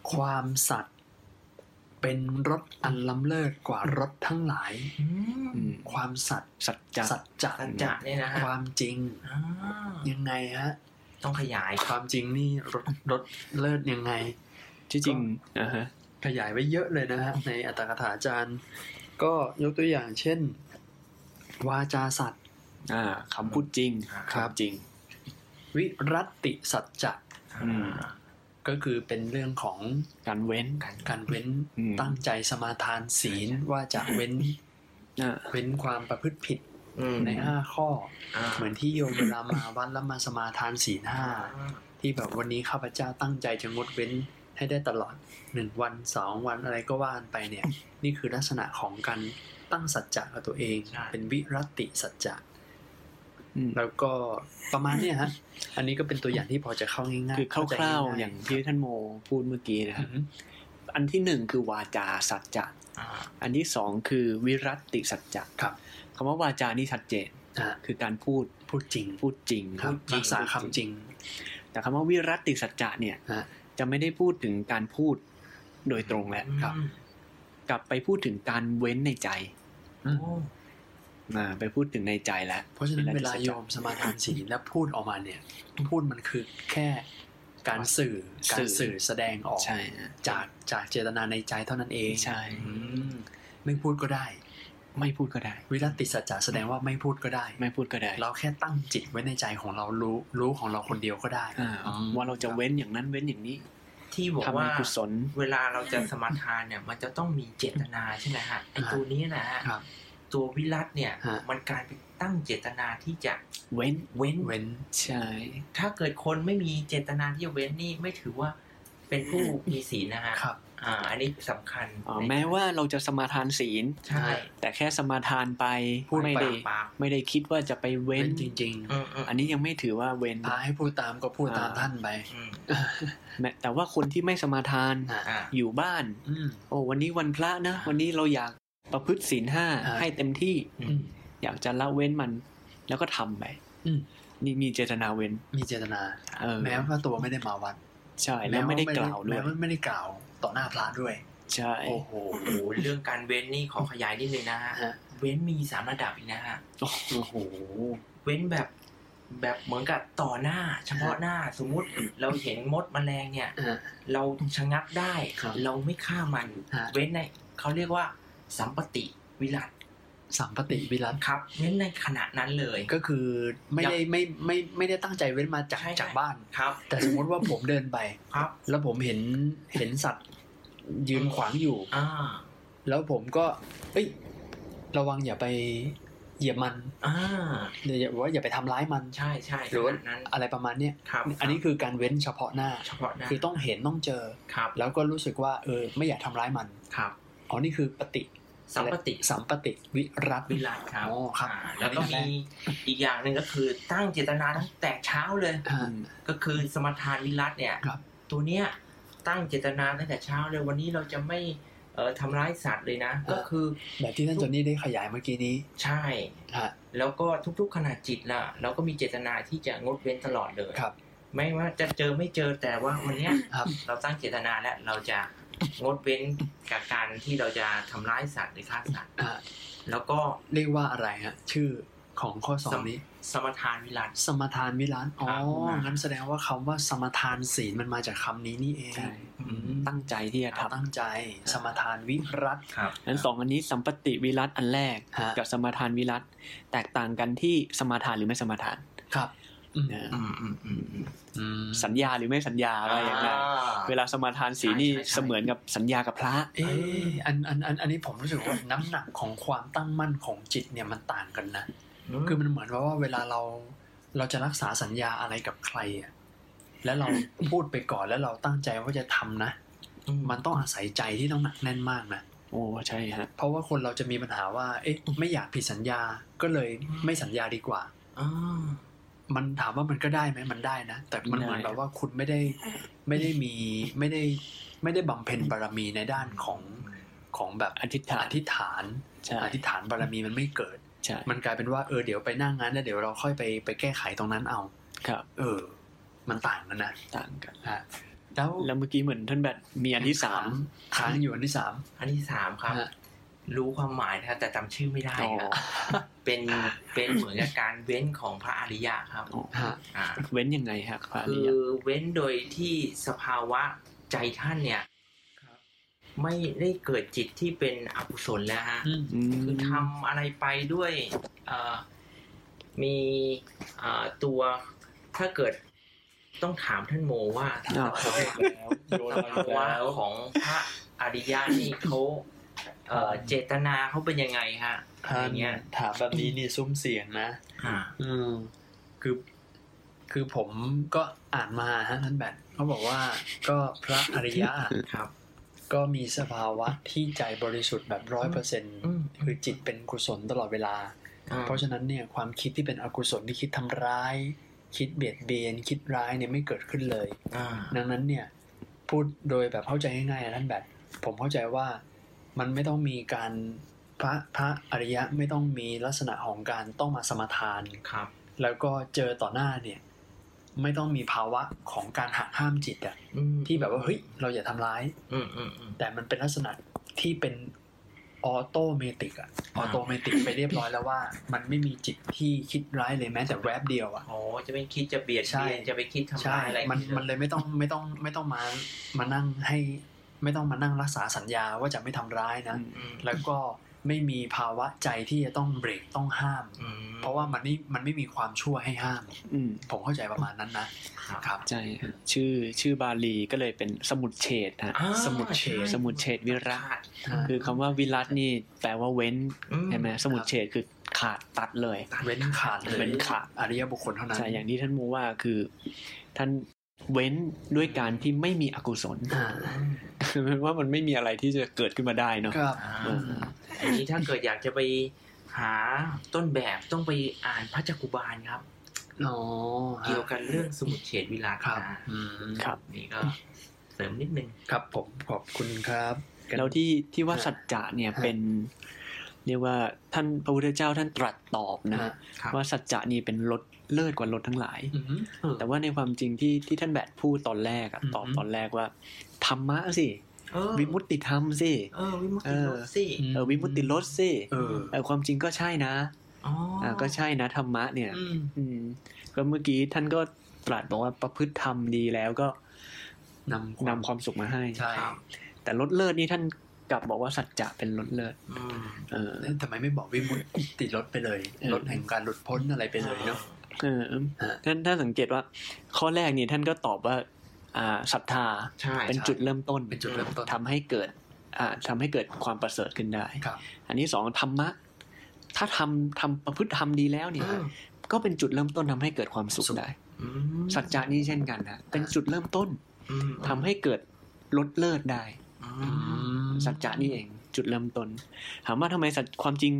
S4: *laughs* ความสัตย์เป็นรถอันล้ำเลิศกว่ารถทั้งหลาย
S3: อืม
S4: ความสัตย์
S3: สัจจะ
S4: สัจจะ
S2: สัจจะเนี่ยนะฮะ
S4: ความจริง
S2: อ่า
S4: ยังไงฮะ
S2: ต้องขยายค
S4: ครับ วามจริงนี่รถรถเลิศยังไง
S3: ที่จริงอ่าฮะ
S4: ขยายไว้เยอะเลย
S3: *laughs*
S4: นะฮะในอัตถกถาจารย์ ก็ยกตัวอย่างเช่น วาจาสัตว์
S3: อ่าคำพูดจริง
S4: ครับ
S3: จริง
S4: วิรัตติสัจจะ
S3: อืม
S4: ก็คือเป็นเรื่องของ
S3: การเว้น
S4: การการเว้น
S3: อืม
S4: ตั้งใจสมาทานศีลว่าจะเว้น *laughs*
S3: อ่า
S4: เว้นความประพฤติผิด
S2: อืม
S4: ในห้าข้อ
S2: อ่า
S4: เหมือนที่โยมเวลามาวัดแล้วมาสมาทานศีลห้าที่แบบวันนี้ข้าพเจ้าตั้งใจจะงดเว้นให้ได้ตลอดหนึ่งวันสองวันอะไรก็ว่ากันไปเนี่ย นี่คือลักษณะของการตั้งสัจจะกับตัวเอง
S2: ใช่
S4: เป็นวิรตติสัจจะ
S3: อืม
S4: แล้วก็ประมาณเนี่ยฮะ อันนี้ก็เป็นตัวอย่างที่พอจะเข้าง่ายๆ
S3: คือคร่าวๆอย่างที่ท่านโมพูดเมื่อกี้นะค
S4: อื
S3: รับ
S4: อหือ
S3: อันที่หนึ่งคือวาจาสัจจะ
S2: อ่า
S3: อันที่สองคือวิรัตติสัจจะ
S4: ครับ
S3: คำว่าวาจานี่ชัดเจน
S4: นะฮะ
S3: คือการพูด
S4: พูดจริง
S3: พูดจริง
S4: ครับ
S3: พูดจริ
S4: รั
S3: ง
S4: กษาคำจริง
S3: แต่คำว่าวิรัตติสัจจะเนี่ย
S4: ฮะ
S3: จะไม่ได้พูดถึงการพูดโดยตรงแล้ว
S4: ครับ
S2: อืม
S3: กลับไปพูดถึงการเว้นในใจ
S4: อืม
S2: โอ้
S3: อ่าไปพูดถึงในใจแล้ว
S4: เพราะฉะนั้น
S3: เป็
S4: เวน ลา
S3: ราชกิจ
S4: โยมสมาทาน
S3: *laughs*
S4: ศีลและพูดออกมาเนี่ย พูดมันคือแค่การสื่อการสื่อแสดงออก
S3: ใช่ฮะ
S4: จากจากเจตนาในใจเท่านั้นเอง
S3: ใช่
S4: อืมไม่พูดก็ได้
S3: ไม่พูดก็ได้
S4: วิรัตติสัจจะแสดงว่าไม่พูดก็ได้
S3: ไม่พูดก็ได้
S4: เราแค่ตั้งจิตไว้ในใจของเรารู้รู้ของเราคนเดียวก็ได้
S3: อ่า
S4: อืม
S3: ว่าเราจะเว้นอย่างนั้นเว้นอย่างนี้
S2: ที่บอก
S3: ทำใน
S2: ว่า
S3: กุศล
S2: เวลาเราจะสมาทานเนี่ย มันจะต้องมีเจตนาใช่ไหมฮะไอตัวนี้นะฮะ
S4: ครับ
S2: ตัววิรัตเนี่ย
S4: ฮะ
S2: มันการไปตั้งเจตนาที่จะ
S3: เว้น
S2: เว้น
S4: เว้น
S3: ใช่
S2: ถ้าเกิดคนไม่มีเจตนาที่จะเว้นนี่ไม่ถือว่าเป็นผู้มีศีลนะฮะ
S4: ครับ
S2: อ่า อันนี้สำคัญ
S3: อ๋อแม้ว่าเราจะสมาทานศีล
S2: ใช่
S3: แต่แค่สมาทานไป
S4: พูดไป
S3: ไม่ได้
S2: ปาก
S3: ไม่ได้คิดว่าจะไปเว้
S4: เว้
S3: น
S4: นจริง
S2: อืมอืม
S3: อันนี้ยังไม่ถือว่าเว้น
S4: ๆพาให้พูดตามก็พูดตาม
S3: อ่า
S4: ท่านไป
S2: อืม
S3: แม้แต่ว่าคนที่ไม่สมาทาน
S4: อ่า
S2: อ่า
S3: อยู่บ้าน
S4: อืม
S3: โอ้วันนี้วันพระนะ
S2: อ่า
S3: วันนี้เราอยากประพฤติศีลห้า
S4: อ่า
S3: ให้เต็มที่
S4: อืม
S3: อยากจะละเว้นมัน แล้วก็ทำไป
S4: อืม
S3: นี่มีเจตนาเว้น
S4: มีเจตนา
S3: เออ
S4: แม้ว่าตัวไม่ได้มาวัด
S3: ใช่แล้วไม่ได้กล่าวด้ว
S4: แม้
S3: ย
S4: ว่าไม่ได้กล่าวต่อหน้าพระด้วย
S3: ใช่
S2: โอ้โห เรื่องการเว้นนี่ขอขยายนิดเลยนะฮะ
S4: ฮะ
S2: เว้นมีสามระดับอีกนะฮะ
S3: โอ้โห
S2: เว้นแบบแบบเหมือนกับต่อหน้า เฉพาะหน้าสมมุติเราเห็นมดแมลงเนี่ย
S4: อ่า
S2: เราชะงักได้
S4: ครับ
S2: เราไม่ฆ่ามัน
S4: ฮะ
S2: เว้นในเขาเรียกว่า สัมปติวิรัต
S4: สัมปติวิรัต
S2: ครับ เว้นในขณะนั้นเลย
S4: ก็คือไม่ได้ไม่ไม่ไม่ได้ตั้งใจเว้นมาจาก
S2: ใช่ใช่
S4: จากบ้าน
S2: ครับ
S4: แต่สมมติว่าผมเดินไป
S2: ครับ
S4: แล้วผมเห็นเห็นสัตว์ ยืนขวางอยู่
S2: อ่า
S4: แล้วผมก็ เอ้ย ระวังอย่าไปเหยียบมัน
S2: อ่า
S4: อย่าว่าอย่าไปทำร้ายมัน
S2: ใช่ใช่
S4: หรือว่า
S2: ขณะนั้น
S4: อะไรประมาณเนี้ย
S2: ครับ
S4: อันนี้คือการเว้นเฉพาะหน้า
S2: เฉพาะหน้า
S4: คือต้องเห็นต้องเจอ
S2: ครับ
S4: แล้วก็รู้สึกว่า เออ ไม่อยากทำร้ายมัน
S2: ครับ
S4: อ๋อ นี่คือปฏิ
S2: สัมปติ
S4: สัมปติวิรัต
S2: วิรัตครับ
S4: อ๋อครับ
S2: อ่าแล้วก็
S4: อันนี้อั
S2: มี
S4: นแรก
S2: อีกอย่างหนึ่งก็คือตั้งเจตนาตั้งแต่เช้าเลย
S4: อ่า
S2: ก็คือสมทานวิรัตเนี่ย
S4: ครับ
S2: ตัวเนี้ยตั้งเจตนาตั้งแต่เช้าเลยวันนี้เราจะไม่เอ่อทำร้ายสัตว์เลยนะ
S4: อ่า
S2: ก็คือ
S4: แบบที่ท่านโจนนี่ได้ขยายเมื่อกี้นี้
S2: ใช่
S4: ฮะ
S2: แล้วก็ทุกๆขณะจิตล่ะ เราก็มีเจตนาที่จะงดเว้นตลอดเลย
S4: ครับ
S2: ไม่ว่าจะเจอไม่เจอแต่ว่าวันเนี้ย
S4: ครับ
S2: เราตั้งเจตนาแล้วเราจะงดเว้นกับการที่เราจะทำร้ายสัตว์หรือฆ่าสัตว์
S4: อ่า
S2: แล้วก็
S4: เรียกว่าอะไรฮะ ชื่อของข้อสองนี้
S2: สมทานวิรัต
S4: สมทานวิรัตอ๋อ
S2: ครับผม
S4: งั้นแสดงว่าคำว่าสมทานศีลมันมาจากคำนี้นี่เอง
S3: ใช่
S4: อืม
S3: ตั้งใจที่จะทำ
S4: ตั้งใจ สมทานวิรัต
S2: ครับ
S3: นั้นสองอันนี้สัมปติวิรัตอันแรก
S4: ฮะ
S3: กับสมาทานวิรัตแตกต่างกันที่สมาทานหรือไม่สมาทาน
S4: ครับอืม
S3: นะ
S2: อืมอืมอืมอืม
S4: อืม
S3: สัญญาหรือไม่สัญญาอะไรอย่างเงี้ย
S2: อ่า
S3: เวลาสมาทานศีลนี่
S2: ใช่ใช่ใช่
S3: เสมือนกับสัญญากับพระ
S4: เอออันอันอันอันนี้ผมรู้สึกว่าน้ำหนักของความตั้งมั่นของจิตเนี่ยมันต่างกันนะ คือมันเหมือนว่าเวลาเราเราจะรักษาสัญญาอะไรกับใครอะแล้วเรา พูดไปก่อนแล้วเราตั้งใจว่าจะทำนะ มันต้องอาศัยใจที่ต้องหนักแน่นมากนะ
S3: โอ้ใช่ฮะ
S4: เพราะว่าคนเราจะมีปัญหาว่า เอ๊ะ ไม่อยากผิดสัญญา ก็เลยไม่สัญญาดีกว่า
S2: อ่า
S4: มันถามว่ามันก็ได้ไหมมันได้นะ แต่มัน
S3: ได้
S4: เหมือนแบบว่าคุณไม่ได้ไม่ได้มีไม่ได้ไม่ได้บำเพ็ญบารมีในด้านของของแบบ
S3: อธิษฐา
S4: อนธิษฐาน
S3: ใช่
S4: อธิษฐานบารมีมันไม่เกิด
S3: ใช่
S4: มันกลายเป็นว่าเออเดี๋ยวไปหนั่งงานแล้วเดี๋ยวเราค่อยไปไปแก้ไขตรงนั้นเอา
S3: ครับ
S4: เออ มันต่างกันนะ
S3: ต่างกัน
S4: ฮะแล้ว
S3: แล้วเมื่อกี้เหมือนท่านแบบมีอันที่สาม
S4: ค้างอยู่อันที่สาม
S2: อันที่สามครับ
S4: ฮะ
S2: รู้ความหมายนะครับแต่จำชื่อไม่ได้ค
S3: อ๋อ
S2: รับ *laughs* เป็นเป็นเหมือนกับการเว้นของพระอริยะครับ
S3: อ๋อ
S4: ฮะ
S2: อ่า
S3: เว้นยังไงฮะพระอ
S2: คือย
S3: ริะ
S2: เว้นโดยที่สภาวะใจท่านเนี่ยไม่ได้เกิดจิตที่เป็นอกุศลแล้วฮะ
S4: อืม
S3: ม
S2: คือทำอะไรไปด้วยเอ่อมีเอ่อตัวถ้าเกิดต้องถามท่านโมว่า
S3: อ้าว
S2: สภาวะของพระอริยะนี่เขาเอ่อเจตนาเขาเป็นยังไงฮะอะไร
S4: ท่าน
S2: เงี้ย
S4: ถามแบบนี้นี่ซุ้มเสียงนะ
S2: อ่า
S4: อืมคือ คือผมก็อ่านมาฮะท่านแบทเขาบอกว่าก็พระอริยะ
S2: ครับ
S4: ก็มีสภาวะที่ใจบริสุทธิ์แบบร้อยเปอร์เซ็นต์
S2: อืม
S4: คือจิตเป็นกุศลตลอดเวลา เพราะฉะนั้นเนี่ยความคิดที่เป็นอกุศลที่คิดทำร้าย คิดเบียดเบียน คิดร้ายเนี่ยไม่เกิดขึ้นเลย
S2: อ่า
S4: ดังนั้นเนี่ยพูดโดยแบบเข้าใจง่ายๆนะท่านแบบ ผมเข้าใจว่ามันไม่ต้องมีการพระพระอริยะไม่ต้องมีลักษณะของการต้องมาสมาทาน
S2: ครับ
S4: แล้วก็เจอต่อหน้าเนี่ยไม่ต้องมีภาวะของการหักห้ามจิตอะ
S2: อืม
S4: ที่แบบว่าเฮ้ยเราอย่าทำร้าย
S2: อืมอืมอืม
S4: แต่มันเป็นลักษณะที่เป็นออโตเมติกอะออโตเมติกไปเรียบร้อยแล้วว่า มันไม่มีจิตที่คิดร้ายเลยแม้แต่แวบเดียวอะ
S2: อ๋อ จะไม่คิดจะเบียด
S4: ใช่
S2: เบียน จะไปคิดทำ
S4: ใช่
S2: ลายอะไร
S4: มันมันเลยไม่ต้องไม่ต้องไม่ต้องมามานั่งให้ ไม่ต้องมานั่งรักษาสัญญาว่าจะไม่ทำร้ายนะ
S2: อืม
S4: แล้วก็ไม่มีภาวะใจที่จะต้องเบรกต้องห้าม
S2: อืม
S4: เพราะว่ามันไม่มันไม่มีความชั่วให้ห้าม
S3: อืม
S4: ผมเข้าใจประมาณนั้นนะ
S2: ครับ
S4: ครับ
S3: ใช่ฮะชื่อชื่อบาลีก็เลยเป็นสมุดเฉดฮะ
S2: อ่า
S4: สมุดเฉด
S3: สมุดเฉดวิรัต
S2: ขาด
S3: คือคำว่าวิรัตนี่แปลว่าเว้น
S2: อื
S3: ใช่ไหมสมุดเฉดคือขาดตัดเลย
S4: เว้นขาดเลย
S3: เว้นขาด
S4: อริยบุคคลเท่านั้น
S3: ใช่อย่างที่ท่านมูว่าคือ ท่านเว้นด้วยการที่ไม่มีอกุศล *laughs*
S4: อ่า
S2: อืม
S3: คือว่ามันไม่มีอะไรที่จะเกิดขึ้นมาได้เนาะ
S4: ครับ
S2: อ่า
S3: อืม
S2: อันนี้ถ้าเกิดอยากจะไปหาต้นแบบต้องไปอ่านพระจักกุบาลครับ
S4: อ๋อ
S2: เกี่ยวกันเรื่องสมุดเฉดวิรัต
S4: ครับ
S2: นะ
S4: อืม
S3: ครับ
S2: นี่ก็เสริมนิดนึง
S4: ครับผมขอบคุณครับกัน
S3: แล้วที่ที่ว่าสัจจะเนี่ยเป็น เรียกว่าท่านพระพุทธเจ้าท่านตรัสตอบนะ
S4: ฮะ
S2: ครับ
S3: ว่าสัจจะนี่เป็นรถ เลิศกว่ารถทั้งหลาย
S4: อืมเออ
S3: แต่ว่าในความจริงที่ที่ท่านแบดพูดตอนแรกอะ
S4: อืม
S3: ตอบตอนแรกว่าธรรมะสิ
S2: เออ
S3: วิมุตติธรรมสิ
S2: เออวิมุตติ
S3: เออ
S2: รถสิ
S3: เออวิมุตติรสสิ
S4: เออ
S3: เออความจริงก็ใช่นะ
S2: อ๋ออ่
S3: าก็ใช่นะธรรมะเนี่ย
S2: อืม
S3: อืมก็เมื่อกี้ท่านก็ตรัสบอกว่าประพฤติธรรมดีแล้วก็
S4: นำความ
S3: นำความสุขมาให้
S4: ใช่
S2: ครับ
S3: แต่ลดเลิศนี่ท่านกลับบอกว่าสัจจะเป็นลดเลิศ
S2: อืม
S3: เออ
S4: แล้วทำไมไม่บอกวิมุตติรถไปเลย
S3: เออ
S4: รถแห่งการหลุดพ้นอะไรไปเลยเนาะ
S3: เออ
S4: ฮะ
S3: ท่านถ้าสังเกตว่า ข้อแรกเนี่ยท่านก็ตอบว่าอ่าศรัทธา
S2: ใช่
S3: เป็น
S2: ใช่
S3: จุดเริ่มต้น
S4: เป็นจุดเริ่มต้น
S3: ทำให้เกิดอ่าทำให้เกิดความประเสริฐขึ้นได้
S4: ครับ
S3: อันนี้สองธรรมะ ถ้าทำทำประพฤติทำดีแล้วเนี่ย
S2: อืม
S3: ก็เป็นจุดเริ่มต้นทำให้เกิดความสุขได้
S2: อืม
S3: สัจจะนี่เช่นกันนะเป็นจุดเริ่มต้น
S2: อืม
S3: ทำให้เกิดลดเลิศได้
S2: อื
S4: อื
S2: ม
S4: ม
S3: สัจจะนี่เองจุดเริ่มต้น ถามว่าทำไมสัจความจริง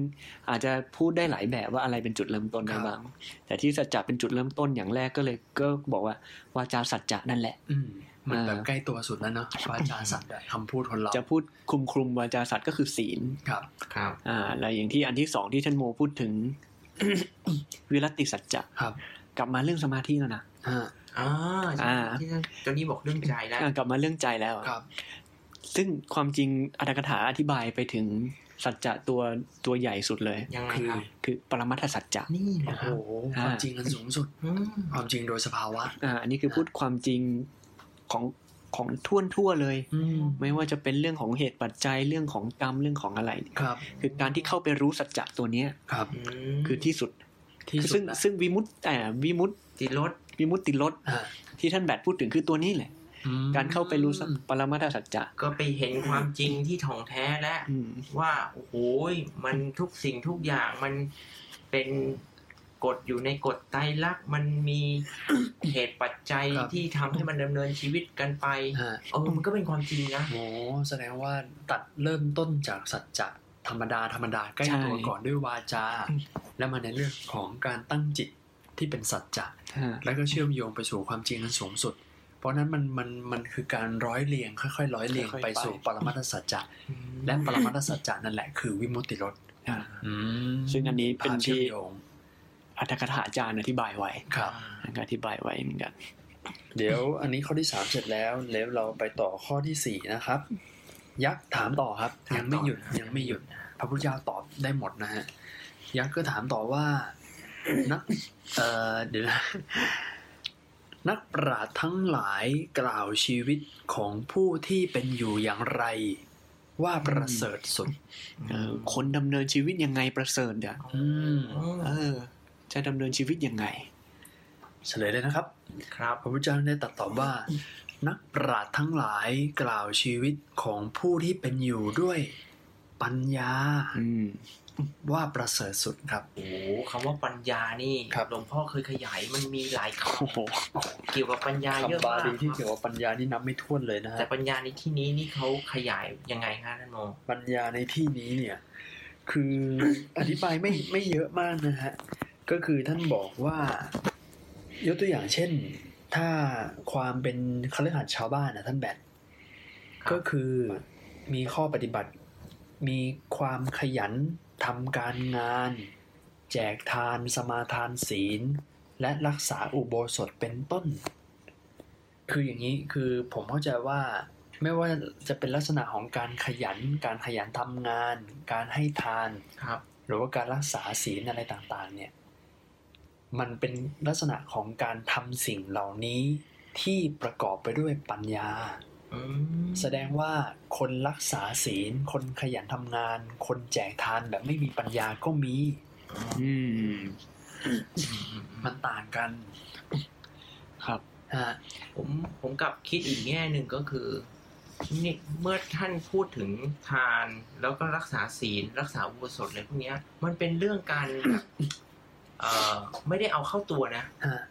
S3: อาจจะพูดได้หลายแบบว่าอะไรเป็นจุดเริ่มต้นได้บ้างแต่ที่สัจจะเป็นจุดเริ่มต้นอย่างแรกก็เลยก็บอกว่าวาจาสัจจะนั่นแหละ
S4: อืมมันแบบ
S3: อ่า
S4: ใกล้ตัวสุดแล้วเนาะวาจาสัตว์อะคำพูดคนเรา
S3: จะพูดคลุมคลุมๆวาจาสัจก็คือศีล
S4: ครับ
S2: ครับ
S3: อ่าแล้วอย่างที่อันที่สองที่ท่านโมพูดถึง *coughs* วิรตติสัจจะ
S4: ครับ
S3: กลับมาเรื่องสมาธิแล้วนะ
S4: อ่า
S2: อ่าใช่
S3: อ่า
S2: ที่ท่านเจ้านี้บอกเรื่องใจแล้ว
S3: อ่ากลับมาเรื่องใจแล้ว
S4: ครับ
S3: ซึ่งความจริงอัตถกถาอธิบายไปถึงสัจจะตัวตัวใหญ่สุดเลย
S2: ยังไง
S4: คือ
S2: ครับ
S3: คือปรมัตถสัจจะ
S2: นี่
S4: โอ้
S2: นะค
S4: โห
S2: รับ
S3: อ่า
S4: ความจริงอันสูงสุด
S2: อืม
S4: ความจริงโดยสภาวะ
S3: อ่าอันนี้คือพูดความจริงของของท่วนทั่วๆเลย
S4: อืม
S3: ไม่ว่าจะเป็นเรื่องของเหตุปัจจัยเรื่องของกรรมเรื่องของอะไรเนี่ย
S4: ครับ
S3: คือการที่เข้าไปรู้สัจจะตัวเนี้ย
S4: ครับ
S2: ม
S3: คือที่สุด
S4: ที่สุ
S3: ซึ่
S4: ด
S3: ง
S4: ละ
S3: ซึ่งวิมุตต์แต่อวิมุตต์
S2: ติดรถ
S3: วิมุตติลด
S4: อ่า
S3: ที่ท่านแบดพูดถึงคือตัวนี้แหละ
S4: อืม
S3: การเข้าไปรู้สัจปรมัตถสัจจะ
S2: ก็ไปเห็นความจริงที่ถ่องแท้และ
S3: อืม
S2: ว่าโอ้โหยมันทุกสิ่งทุกอย่างมันเป็นกฎอยู่ในกฎไตรลักษณ์มันมี เหตุปัจจัยที่ทำให้มันดำเนินชีวิตกันไป
S4: อ่า
S2: เออมันก็เป็นความจริงนะ
S4: โอ้แสดงว่าตัดเริ่มต้นจากสัจจะธรรมดาธรรมดาใกล้ตัวก่อนด้วยวาจา แล้วมาในเรื่องของการตั้งจิตที่เป็นสัจจะ
S3: อ่า
S4: แล้วก็เชื่อมโยงไปสู่ความจริงอันสูงสุด เพราะนั้นมันมันมันคือการร้อยเรียงค่อยๆ ร้อยเรียงไปสู่ปรมัตถสัจจะ และปรมัตถสัจจะนั่นแหละคือวิมุตติรส
S3: อ่า ซึ่งอันนี้เป็น
S4: ภาพ
S3: ที่
S4: เชื่อมโยง
S3: อัตถกถาอาจารย์อธิบายไว้
S4: ครับ
S3: ท่านก็อธิบายไว้เหมือนกัน
S4: เดี๋ยวอันนี้ข้อที่สามเสร็จแล้วแล้วเราไปต่อข้อที่สี่นะครับ ยักษ์ถามต่อครับ ยังไม่หยุดยังไม่หยุด พระพุทธเจ้าตอบได้หมดนะฮะยักษ์ก็ถามต่อว่า นักเอ่อเดี๋ยวนะนักปราชญ์ทั้งหลายกล่าวชีวิตของผู้ที่เป็นอยู่อย่างไร ว่าประเสริฐสุด
S3: เออคนดำเนินชีวิตยังไงประเสริฐเด้อ
S4: อืม
S3: เออ จะดำเนินชีวิตยังไง
S4: เฉลยเลยนะครับ
S2: ครับ
S4: พระพุทธเจ้าได้ตรัสตอบว่า นักปราชญ์ทั้งหลายกล่าวชีวิตของผู้ที่เป็นอยู่ด้วยปัญญา
S3: อืม
S4: ว่าประเสริฐสุดครับ
S2: โอ้โหคำว่าปัญญานี่
S4: ครับ
S2: หลวงพ่อเคยขยายมันมีหลายค
S3: โอ้โห
S2: ำเกี่ยวกับปัญญาเย
S4: คำบาม
S2: อะาก
S4: ลีที่เกี่ยวกับปัญญานี่นับไม่ถ้วนเลยนะ
S2: แต่
S4: ฮะ
S2: ปัญญาในที่นี้นี่เขาขยายยังไงคะท่านโม
S4: ปัญญาในที่นี้เนี่ย คือ อธิบายไม่ไม่เยอะมากนะฮะก็คือท่านบอกว่ายกตัวอย่างเช่น ถ้าความเป็นคฤหัสถ์ชาวบ้านนะท่านแบท
S2: ครับ
S4: ก็คือมีข้อปฏิบัติ มีความขยันทำการงาน แจกทานสมาทานศีล และรักษาอุโบสถเป็นต้น คืออย่างนี้คือผมเข้าใจว่าไม่ว่าจะเป็นลักษณะของการขยัน การขยันทำงาน การให้ทาน
S2: ครับ
S4: หรือว่าการรักษาศีลอะไรต่างๆ เนี่ย มันเป็นลักษณะของการทำสิ่งเหล่านี้ที่ประกอบไปด้วยปัญญา
S2: อืม
S4: แสดงว่าคนรักษาศีล คนขยันทำงาน คนแจกทานแบบไม่มีปัญญาก็มี
S3: อืม
S4: มันต่างกัน
S3: ครับ
S4: ฮะ
S2: ผมผมกลับคิดอีกแง่หนึ่งก็คือนี่เมื่อท่านพูดถึงทานแล้วก็รักษาศีลรักษาอุโบสถอะไรพวกเนี้ย มันเป็นเรื่องการ *coughs* แบบเอ่อไม่ได้เอาเข้าตัวนะ
S4: ฮะ